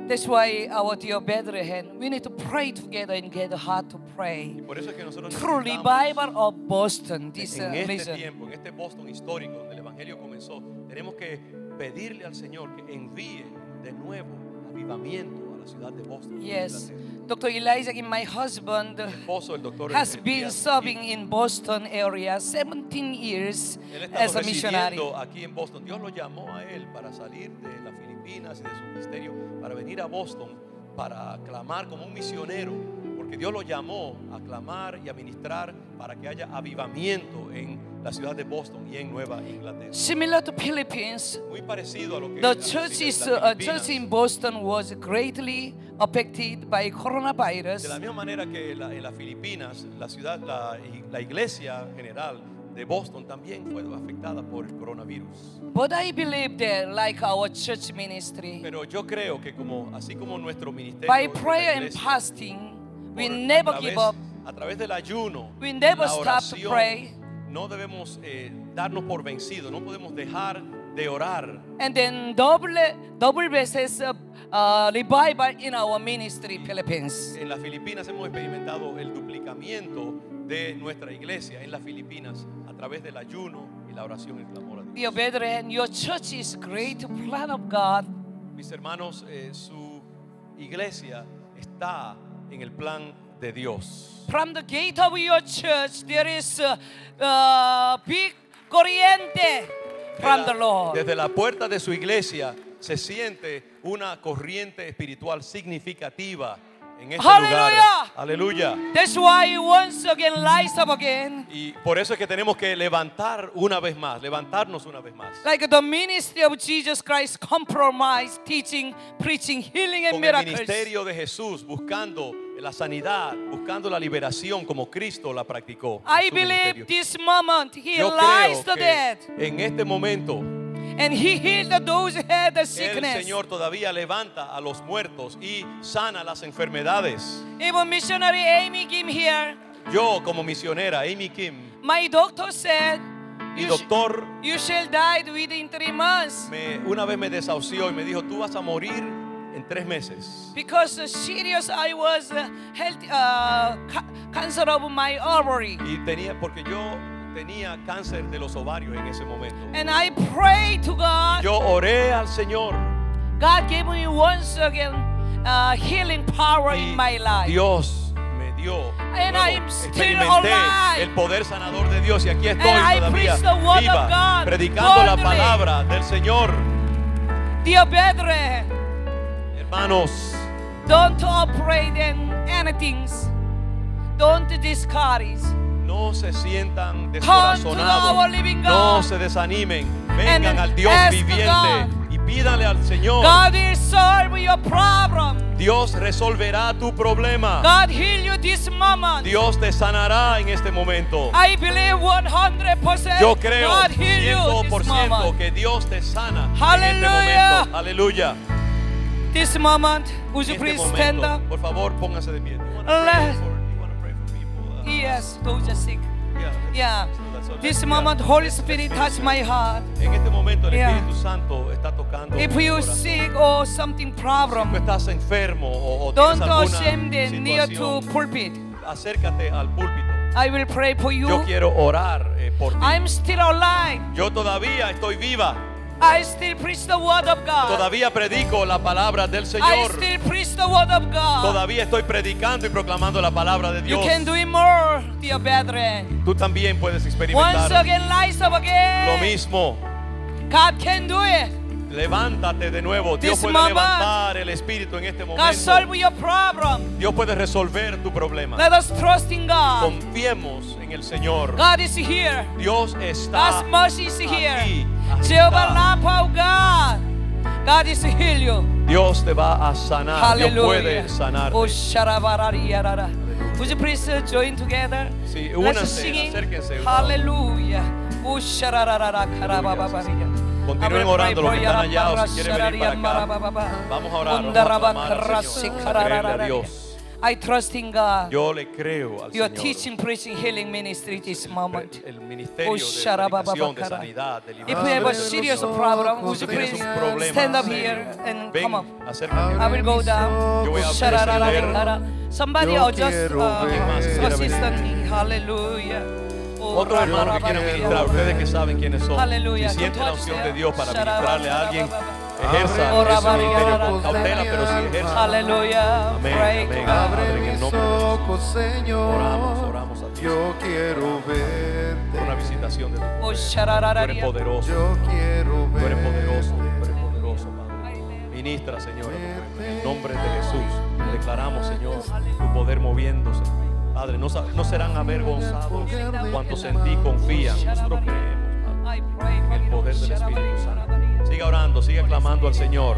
Speaker 1: That's why our dear brethren, we need to pray together and get hard to pray.
Speaker 2: Por eso es que nosotros
Speaker 1: True
Speaker 2: necesitamos,
Speaker 1: revival of Boston, this uh,
Speaker 2: en este
Speaker 1: region.
Speaker 2: tiempo, en este Boston histórico donde el Evangelio comenzó, tenemos que pedirle al Señor que envíe de nuevo avivamiento a la la ciudad de Boston.
Speaker 1: Yes.
Speaker 2: Inglaterra.
Speaker 1: Dr. Elijah, my husband
Speaker 2: Mi esposo, el doctor
Speaker 1: has
Speaker 2: Elías
Speaker 1: been
Speaker 2: Díaz,
Speaker 1: serving in Boston area 17 years
Speaker 2: Él ha
Speaker 1: as a
Speaker 2: estado
Speaker 1: missionary.
Speaker 2: residiendo aquí en Boston. Dios lo llamó a él para salir de las Filipinas y de su ministerio, para venir a Boston, para clamar como un misionero, porque Dios lo llamó a clamar y a ministrar para que haya avivamiento en la ciudad de Boston y en Nueva Inglaterra.
Speaker 1: Similar to Philippines,
Speaker 2: Muy parecido a lo que
Speaker 1: the
Speaker 2: las
Speaker 1: church,
Speaker 2: Filipinas-
Speaker 1: is,
Speaker 2: las
Speaker 1: uh,
Speaker 2: Filipinas.
Speaker 1: church in Boston was greatly affected by
Speaker 2: De la
Speaker 1: coronavirus.
Speaker 2: misma manera que la- en las Filipinas, la ciudad, la, la iglesia general de Boston también fue afectada por el coronavirus.
Speaker 1: But I believe that, like our church ministry,
Speaker 2: Pero yo creo que como así como nuestro ministerio
Speaker 1: by
Speaker 2: de la
Speaker 1: prayer and
Speaker 2: iglesia,
Speaker 1: fasting, we
Speaker 2: por- a
Speaker 1: never
Speaker 2: través-
Speaker 1: give up.
Speaker 2: A través del ayuno,
Speaker 1: We never
Speaker 2: la
Speaker 1: stop to
Speaker 2: oración,
Speaker 1: pray.
Speaker 2: no debemos eh, darnos por vencidos, no podemos dejar de orar.
Speaker 1: And then double, double basis uh, uh, revival in our ministry, Philippines.
Speaker 2: En las Filipinas hemos experimentado el duplicamiento de nuestra iglesia en las Filipinas a través del ayuno y la oración y el clamor a Dios.
Speaker 1: Dear brethren, your church is great plan of God.
Speaker 2: Mis hermanos, eh, su iglesia está en el plan de Dios.
Speaker 1: From the gate of your church, there is a, uh big corriente from
Speaker 2: Desde
Speaker 1: the
Speaker 2: la-
Speaker 1: Lord.
Speaker 2: Desde la puerta de su iglesia se siente una corriente espiritual significativa en este lugar.
Speaker 1: ¡Aleluya!
Speaker 2: Aleluya.
Speaker 1: That's why once again, rise up again.
Speaker 2: Y por eso es que tenemos que levantar una vez más, levantarnos una vez más.
Speaker 1: Like the ministry of Jesus Christ, compromise, teaching, preaching, healing, and
Speaker 2: Con el
Speaker 1: miracles.
Speaker 2: ministerio de Jesús, buscando la sanidad, buscando la liberación como Cristo la practicó.
Speaker 1: I
Speaker 2: su
Speaker 1: believe
Speaker 2: ministerio.
Speaker 1: this moment he
Speaker 2: Yo
Speaker 1: lies
Speaker 2: creo
Speaker 1: the
Speaker 2: que
Speaker 1: dead
Speaker 2: en este momento
Speaker 1: and he healed those who had the
Speaker 2: el
Speaker 1: sickness.
Speaker 2: Señor todavía levanta a los muertos y sana las enfermedades.
Speaker 1: Even missionary Amy came here.
Speaker 2: Yo como misionera Amy Kim,
Speaker 1: My doctor said,
Speaker 2: mi
Speaker 1: you, sh-
Speaker 2: doctor
Speaker 1: you shall die within three months
Speaker 2: me, una vez me desahució y me dijo, tú vas a morir en tres meses.
Speaker 1: because uh, serious I was uh, health, uh, ca- cancer of my ovary.
Speaker 2: Y tenía, porque yo tenía cáncer de los ovarios en ese momento.
Speaker 1: And I pray to God.
Speaker 2: Yo oré al Señor
Speaker 1: God gave me once again uh, healing power
Speaker 2: y
Speaker 1: in my life.
Speaker 2: Dios me dio.
Speaker 1: And
Speaker 2: luego
Speaker 1: I'm still
Speaker 2: experimenté
Speaker 1: alive.
Speaker 2: el poder sanador de Dios y aquí estoy
Speaker 1: I
Speaker 2: todavía
Speaker 1: preach the word of
Speaker 2: viva,
Speaker 1: God
Speaker 2: predicando la
Speaker 1: boldly.
Speaker 2: palabra del Señor.
Speaker 1: Dear brethren,
Speaker 2: Hermanos,
Speaker 1: Don't operate in anything. Don't discourage.
Speaker 2: no se sientan
Speaker 1: our
Speaker 2: descorazonados,
Speaker 1: living God.
Speaker 2: no se desanimen, vengan
Speaker 1: And
Speaker 2: al Dios
Speaker 1: ask
Speaker 2: viviente
Speaker 1: God.
Speaker 2: y pídanle al Señor.
Speaker 1: God will solve your problem.
Speaker 2: Dios resolverá tu problema.
Speaker 1: God heal you this moment.
Speaker 2: Dios te sanará en este momento.
Speaker 1: I believe 100%
Speaker 2: Yo creo
Speaker 1: God heal you this
Speaker 2: 100%
Speaker 1: moment.
Speaker 2: que Dios te sana en este
Speaker 1: Aleluya.
Speaker 2: momento. Aleluya.
Speaker 1: This moment, would
Speaker 2: En
Speaker 1: you
Speaker 2: este
Speaker 1: please
Speaker 2: momento,
Speaker 1: stand up?
Speaker 2: Por favor, póngase de pie. Do you
Speaker 1: Let-
Speaker 2: wanna pray for- do you wanna pray for people? Uh,
Speaker 1: Yes, those are sick.
Speaker 2: yeah, let's-
Speaker 1: Yeah.
Speaker 2: let's- let's-
Speaker 1: This
Speaker 2: yeah.
Speaker 1: moment, Holy
Speaker 2: Let's- let's
Speaker 1: Spirit
Speaker 2: finish
Speaker 1: touch
Speaker 2: it.
Speaker 1: my heart.
Speaker 2: En este momento el
Speaker 1: Yeah.
Speaker 2: Espíritu Santo está tocando.
Speaker 1: If
Speaker 2: tu
Speaker 1: you
Speaker 2: corazón.
Speaker 1: sick or something
Speaker 2: Si tú
Speaker 1: problem,
Speaker 2: estás enfermo o, o
Speaker 1: don't
Speaker 2: tienes
Speaker 1: ashamed
Speaker 2: alguna
Speaker 1: near to
Speaker 2: situación,
Speaker 1: pulpit.
Speaker 2: acércate al púlpito.
Speaker 1: I will pray for
Speaker 2: Yo
Speaker 1: you.
Speaker 2: quiero orar eh, por ti.
Speaker 1: I'm still alive.
Speaker 2: Yo todavía estoy viva.
Speaker 1: I still preach the word of God.
Speaker 2: Todavía predico la palabra del
Speaker 1: I
Speaker 2: Señor.
Speaker 1: still preach the word of God.
Speaker 2: Todavía estoy predicando y proclamando la palabra de
Speaker 1: You
Speaker 2: Dios.
Speaker 1: can do it more, dear brethren.
Speaker 2: Tú también puedes
Speaker 1: Once
Speaker 2: experimentar
Speaker 1: again, rise up
Speaker 2: lo
Speaker 1: again.
Speaker 2: mismo.
Speaker 1: God can do it.
Speaker 2: Levántate de nuevo. Dios
Speaker 1: This
Speaker 2: puede
Speaker 1: moment.
Speaker 2: levantar el espíritu en este
Speaker 1: God
Speaker 2: momento.
Speaker 1: solve your problem.
Speaker 2: Dios puede resolver tu problema.
Speaker 1: Let us trust in God.
Speaker 2: Confiemos en el Señor.
Speaker 1: God is here.
Speaker 2: Dios está
Speaker 1: God's mercy is
Speaker 2: aquí
Speaker 1: here.
Speaker 2: está.
Speaker 1: Jehovah Rapha, oh God. God is heal you.
Speaker 2: Dios te va a sanar. Dios
Speaker 1: Hallelujah.
Speaker 2: puede sanar.
Speaker 1: Oh, sharabarariyarara. Would you please uh, join together?
Speaker 2: Sí,
Speaker 1: Let's
Speaker 2: únanse,
Speaker 1: sing.
Speaker 2: acérquense.
Speaker 1: Hallelujah. Oh, sharararara, karabababariya.
Speaker 2: Continúen
Speaker 1: Abre
Speaker 2: orando los que están
Speaker 1: pray,
Speaker 2: allá o si
Speaker 1: yarabara,
Speaker 2: quieren venir para acá.
Speaker 1: sharariyambarababa.
Speaker 2: Vamos a orar, vamos a
Speaker 1: Ondaraba,
Speaker 2: clamar al Señor,
Speaker 1: karasi,
Speaker 2: a creerle a
Speaker 1: karararara.
Speaker 2: Dios.
Speaker 1: I trust in God.
Speaker 2: Yo le creo al
Speaker 1: Your
Speaker 2: Señor.
Speaker 1: teaching, preaching, healing ministry this moment.
Speaker 2: El
Speaker 1: Oh,
Speaker 2: ministerio de predicación, de
Speaker 1: sharabababakara.
Speaker 2: sanidad, de
Speaker 1: If we have a
Speaker 2: liberación.
Speaker 1: serious problem, would you
Speaker 2: Si tienes
Speaker 1: please
Speaker 2: un problema
Speaker 1: stand up
Speaker 2: serio,
Speaker 1: here and
Speaker 2: ven,
Speaker 1: come up?
Speaker 2: acércate.
Speaker 1: I will go down.
Speaker 2: Yo voy a
Speaker 1: Sharararara. Somebody
Speaker 3: Yo
Speaker 1: or just
Speaker 3: quiero
Speaker 1: uh,
Speaker 3: ver.
Speaker 1: assistant me. Hallelujah. Oh,
Speaker 2: Otros hermanos que quieran
Speaker 3: quiero
Speaker 2: ministrar, ustedes que saben quiénes son,
Speaker 1: Hallelujah.
Speaker 2: si sienten la
Speaker 1: Touch
Speaker 2: opción
Speaker 1: them.
Speaker 2: de Dios para
Speaker 1: Sharaba,
Speaker 2: ministrarle a alguien,
Speaker 1: sharaba,
Speaker 2: ejerza
Speaker 1: Abre
Speaker 2: ese
Speaker 1: mis
Speaker 2: ministerio
Speaker 1: ojos
Speaker 2: con cautela,
Speaker 3: de
Speaker 2: pero sí
Speaker 3: mi
Speaker 2: ejerza.
Speaker 3: alma.
Speaker 1: Aleluya.
Speaker 2: Amén,
Speaker 1: Pray
Speaker 2: amén.
Speaker 1: to God.
Speaker 2: Padre,
Speaker 3: Abre
Speaker 2: en el
Speaker 3: mis
Speaker 2: nombre de Jesús.
Speaker 3: ojos, Señor.
Speaker 2: Oramos, oramos a ti,
Speaker 3: Yo quiero
Speaker 2: por una
Speaker 3: verte.
Speaker 2: visitación de tu
Speaker 1: Oh,
Speaker 2: poder. Tú eres
Speaker 1: shararararia.
Speaker 2: poderoso,
Speaker 3: Yo quiero
Speaker 2: tú eres
Speaker 3: verte.
Speaker 2: poderoso, tú eres poderoso, Padre. Ministra, Señor, a tu pueblo. en el nombre de Jesús. Declaramos, Señor, tu poder moviéndose. Padre, no, sa- no serán avergonzados cuantos en ti confían. Nosotros creemos, Padre.
Speaker 1: I pray for
Speaker 2: en el
Speaker 1: you.
Speaker 2: poder del Espíritu
Speaker 1: Shararararia.
Speaker 2: Santo. Siga orando, siga clamando al Señor.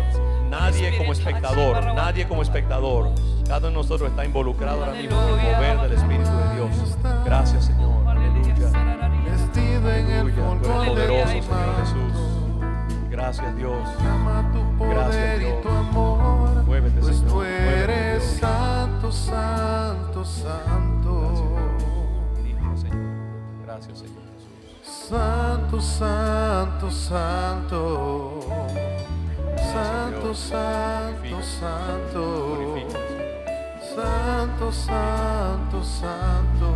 Speaker 2: Nadie como espectador, nadie como espectador. Cada uno de nosotros está involucrado ahora mismo en el poder del Espíritu de Dios. Gracias, Señor. Aleluya.
Speaker 1: Shararararia.
Speaker 3: Vestido en el
Speaker 2: Aleluya. Tú eres
Speaker 3: fulgor de
Speaker 2: poderoso,
Speaker 3: tu
Speaker 2: Señor
Speaker 3: manto.
Speaker 2: Jesús. Gracias, Dios.
Speaker 3: Ama tu
Speaker 2: Gracias,
Speaker 3: poder
Speaker 2: Dios.
Speaker 3: y tu amor.
Speaker 2: Muévete,
Speaker 3: Pues
Speaker 2: Señor.
Speaker 3: tú
Speaker 2: Muévete,
Speaker 3: eres
Speaker 2: Dios.
Speaker 3: santo, santo, santo.
Speaker 2: Ministra, Señor. Gracias, Señor Jesús.
Speaker 3: Santo, santo, santo. Santo,
Speaker 2: Dios.
Speaker 3: santo,
Speaker 2: Glorifica.
Speaker 3: santo.
Speaker 2: Glorifica, Señor.
Speaker 3: Santo, santo, santo.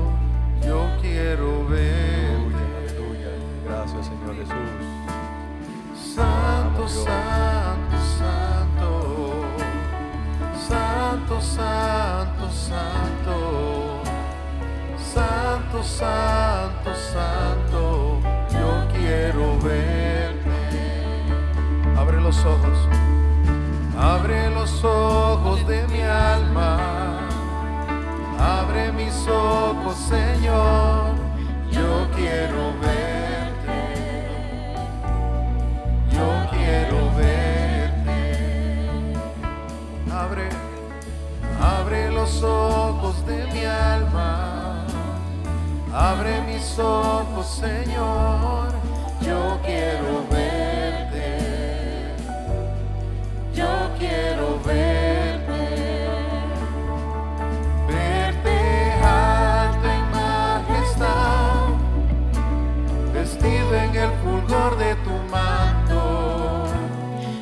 Speaker 3: Yo quiero verte.
Speaker 2: Aleluya. Gracias, Señor Jesús.
Speaker 3: Santo,
Speaker 2: Dios.
Speaker 3: santo, santo. Santo, santo, santo. Santo, santo, santo. Yo quiero verte. Abre los ojos. Abre los ojos de mi alma. Abre mis ojos, Señor. Yo quiero verte. Yo quiero verte. Abre, abre los ojos de mi alma. Abre mis ojos, Señor. Yo quiero verte. Yo quiero verte. Verte alto en majestad vestido en el fulgor de tu manto,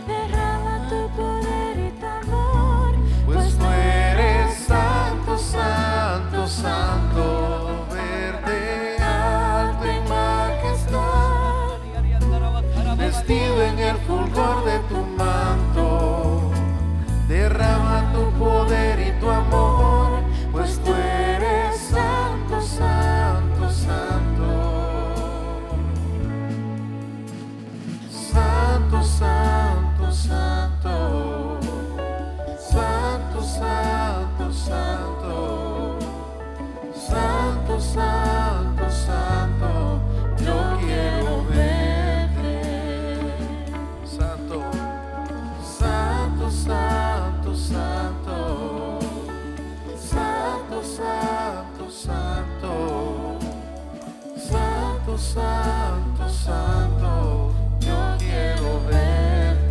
Speaker 4: Derrama tu poder y tu amor,
Speaker 3: pues tú eres santo, santo, santo, verde alto en majestad, vestido en el fulgor de tu manto, derrama tu poder y tu amor, pues tú eres santo, santo, santo. Santo, santo, santo. Santo, santo, santo. Santo, santo, santo. Yo quiero verte. Santo, santo, santo, santo. Santo, santo, santo. Santo, santo, santo, yo quiero verte.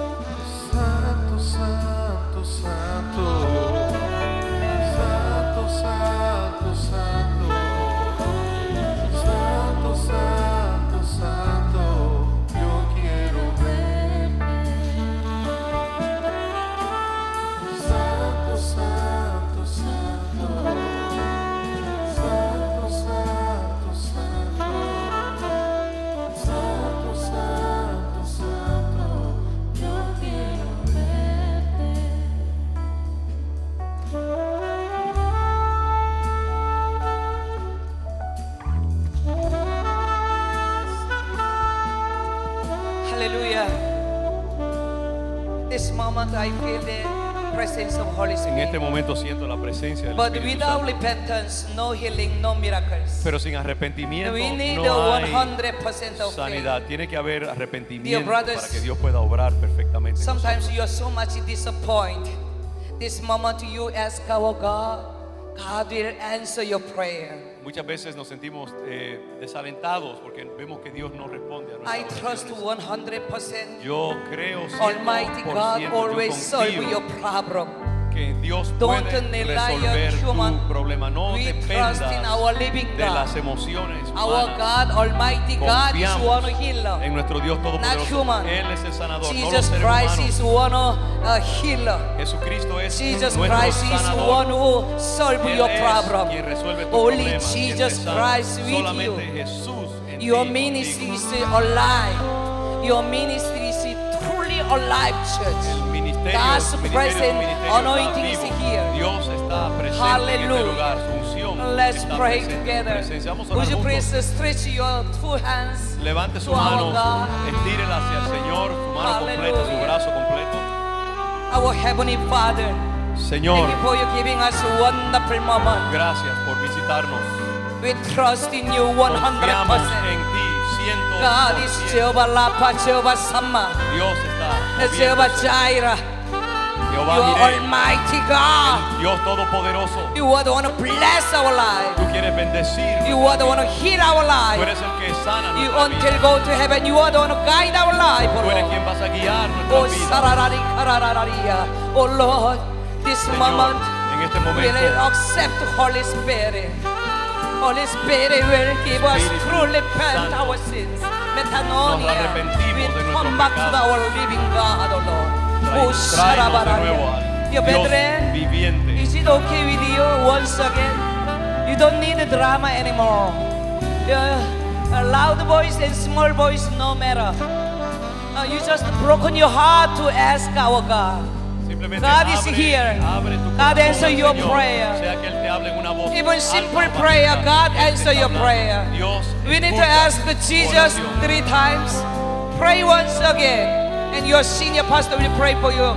Speaker 3: Santo, santo, santo. Santo, santo, santo. Santo, santo, santo, yo quiero verte. Santo, santo, santo. Santo, santo, santo. Santo, santo, santo, yo quiero verte.
Speaker 1: Hallelujah. This moment I feel the presence of Holy
Speaker 2: En este
Speaker 1: Spirit.
Speaker 2: momento siento la presencia del
Speaker 1: But
Speaker 2: Espíritu
Speaker 1: without
Speaker 2: Santo.
Speaker 1: repentance, no healing, no miracles.
Speaker 2: Pero sin arrepentimiento
Speaker 1: We need the
Speaker 2: no hay
Speaker 1: 100% of faith.
Speaker 2: sanidad. Tiene que haber arrepentimiento
Speaker 1: Dear brothers,
Speaker 2: para que Dios pueda obrar perfectamente. en
Speaker 1: Sometimes you are so much disappointed. "Oh This moment you ask our God, God will answer your prayer.
Speaker 2: muchas veces nos sentimos eh, desalentados porque vemos que Dios no responde a
Speaker 1: I
Speaker 2: nuestras
Speaker 1: trust
Speaker 2: oraciones.
Speaker 1: 100%
Speaker 2: Yo creo, 100%,
Speaker 1: Almighty God
Speaker 2: yo
Speaker 1: always solve
Speaker 2: confío
Speaker 1: your problem.
Speaker 2: que Dios
Speaker 1: Don't
Speaker 2: puede
Speaker 1: rely on
Speaker 2: resolver
Speaker 1: human.
Speaker 2: tu problema. No
Speaker 1: We
Speaker 2: dependas
Speaker 1: trust in our living
Speaker 2: de
Speaker 1: God.
Speaker 2: las emociones
Speaker 1: Our
Speaker 2: humanas.
Speaker 1: God, Almighty God, is
Speaker 2: Confiamos
Speaker 1: one healer,
Speaker 2: en nuestro Dios
Speaker 1: not
Speaker 2: todopoderoso.
Speaker 1: human.
Speaker 2: Él es el sanador, no los
Speaker 1: Jesus
Speaker 2: seres
Speaker 1: Christ
Speaker 2: humanos.
Speaker 1: is one uh, healer.
Speaker 2: Jesucristo es
Speaker 1: Jesus
Speaker 2: nuestro
Speaker 1: Christ is
Speaker 2: sanador.
Speaker 1: one who solve
Speaker 2: Él
Speaker 1: your
Speaker 2: es
Speaker 1: problem.
Speaker 2: quien resuelve tu
Speaker 1: Only
Speaker 2: problema, quien te
Speaker 1: Jesus
Speaker 2: sana.
Speaker 1: Christ with you.
Speaker 2: Solamente Jesús en
Speaker 1: Your
Speaker 2: ti,
Speaker 1: ministry is
Speaker 2: contigo.
Speaker 1: alive. Your ministry is truly alive,
Speaker 2: El
Speaker 1: church.
Speaker 2: ministerio,
Speaker 1: God's
Speaker 2: el ministerio,
Speaker 1: present
Speaker 2: el ministerio
Speaker 1: anointing
Speaker 2: está
Speaker 1: is
Speaker 2: vivo.
Speaker 1: here.
Speaker 2: Dios está presente en
Speaker 1: Hallelujah.
Speaker 2: este lugar. Su unción
Speaker 1: Let's
Speaker 2: está
Speaker 1: pray
Speaker 2: presente.
Speaker 1: together.
Speaker 2: Presencia. Vamos a
Speaker 1: Would
Speaker 2: orar
Speaker 1: you please
Speaker 2: juntos.
Speaker 1: stretch your two hands?
Speaker 2: Levante su
Speaker 1: to our
Speaker 2: mano,
Speaker 1: God.
Speaker 2: estírela hacia el Señor, su mano completa, su
Speaker 1: Hallelujah.
Speaker 2: brazo completo.
Speaker 1: Our Heavenly Father,
Speaker 2: Señor,
Speaker 1: thank you for you giving us a wonderful moment.
Speaker 2: gracias por visitarnos.
Speaker 1: We trust in you 100%.
Speaker 2: Confiamos en ti, ciento
Speaker 1: God is Jehovah Lapa, Jehovah Sama,
Speaker 2: Dios está.
Speaker 1: and Jehovah
Speaker 2: moviéndose.
Speaker 1: Jireh. You
Speaker 2: Jehová
Speaker 1: are
Speaker 2: Jireh,
Speaker 1: Almighty God.
Speaker 2: Dios Todopoderoso.
Speaker 1: You are the one who bless our life.
Speaker 2: Tú quieres bendecir.
Speaker 1: You are the one who heal our
Speaker 2: Tú
Speaker 1: life.
Speaker 2: eres el que sana
Speaker 1: You
Speaker 2: nuestra
Speaker 1: until
Speaker 2: vida.
Speaker 1: go to heaven. You are the one who guide our life, O
Speaker 2: Tú eres
Speaker 1: Lord.
Speaker 2: quien vas a guiar
Speaker 1: Oh,
Speaker 2: nuestra vida.
Speaker 1: sararari, kararararia. oh Lord, this
Speaker 2: Señor,
Speaker 1: moment
Speaker 2: en este
Speaker 1: will
Speaker 2: momento.
Speaker 1: accept Holy Spirit. Holy Spirit will give us
Speaker 2: Espíritu
Speaker 1: truly repent
Speaker 2: Santo.
Speaker 1: our sins. Metanoia.
Speaker 2: arrepentimos
Speaker 1: We
Speaker 2: de nuestros
Speaker 1: come back to
Speaker 2: pecados.
Speaker 1: our living God, oh Lord. Oh,
Speaker 2: Trae- Tráenos de nuevo
Speaker 1: sarabararia.
Speaker 2: al
Speaker 1: Your
Speaker 2: Dios
Speaker 1: brethren,
Speaker 2: viviente.
Speaker 1: is it okay with you once again? You don't need a drama anymore. Yeah, a loud voice and small voice, no matter. Uh, you just broken your heart to ask our God.
Speaker 2: Simplemente
Speaker 1: God
Speaker 2: abre,
Speaker 1: is here.
Speaker 2: abre tu
Speaker 1: God
Speaker 2: corazón,
Speaker 1: answer your
Speaker 2: Señor.
Speaker 1: prayer.
Speaker 2: Sea que Él te hable en una voz
Speaker 1: Even
Speaker 2: alta,
Speaker 1: simple
Speaker 2: bajita.
Speaker 1: prayer, God
Speaker 2: Él te
Speaker 1: answer
Speaker 2: está
Speaker 1: your
Speaker 2: hablando.
Speaker 1: prayer.
Speaker 2: Dios
Speaker 1: We need to
Speaker 2: escucha
Speaker 1: ask Jesus
Speaker 2: oración.
Speaker 1: three times. Pray once again. And your senior pastor will pray for you.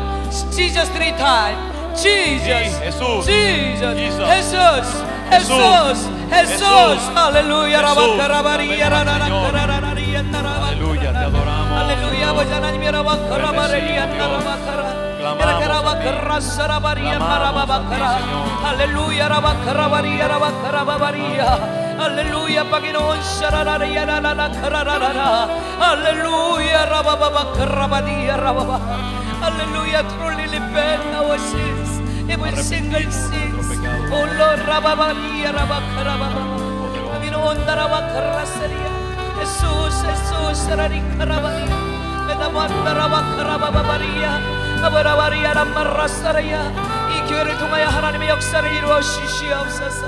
Speaker 1: Jesus three times. Jesus.
Speaker 2: Sí, Jesús.
Speaker 1: Jesus.
Speaker 2: Jesus.
Speaker 1: Jesús. Jesús. Jesús.
Speaker 2: Jesús.
Speaker 1: Aleluya.
Speaker 2: Jesús.
Speaker 1: Rabacarabaría,
Speaker 2: Amén,
Speaker 1: rararaca,
Speaker 2: Señor.
Speaker 1: rarararía, taraba,
Speaker 2: Aleluya, te adoramos.
Speaker 1: Aleluya.
Speaker 2: Señor.
Speaker 1: Abuela, Nani, rabacarabaría,
Speaker 2: Bendecimos, Dios.
Speaker 1: tarabacara.
Speaker 2: Clamamos a ti.
Speaker 1: Yaracarabacara, sarabaría,
Speaker 2: Clamamos a ti,
Speaker 1: marabacara.
Speaker 2: Señor.
Speaker 1: Aleluya, rabacarabaría, rabacarabaría. Aleluya, Panginoon, sarararayarararakarararara. Aleluya, rabababakarabadia, rababa. Aleluya, truly repent our sins, every E single sins. Oh Lord, rababaria, rabakarababa. Panginoon, darabakarasaria. Jesus, Jesus, sararikarabaria. 메다만다라바카라바바바리야. 아바라바리야라 마라사라야. 이 교회를 통하여 하나님의 역사를 이루어 주시옵소서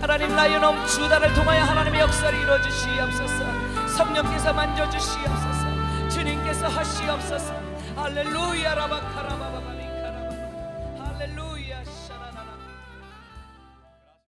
Speaker 1: 하나님 나의 넘주다를 통하여 하나님의 역사를 이루어 주시옵소서 성령께서 만져주시옵소서 주님께서 하시옵소서 할렐루야 라바카라바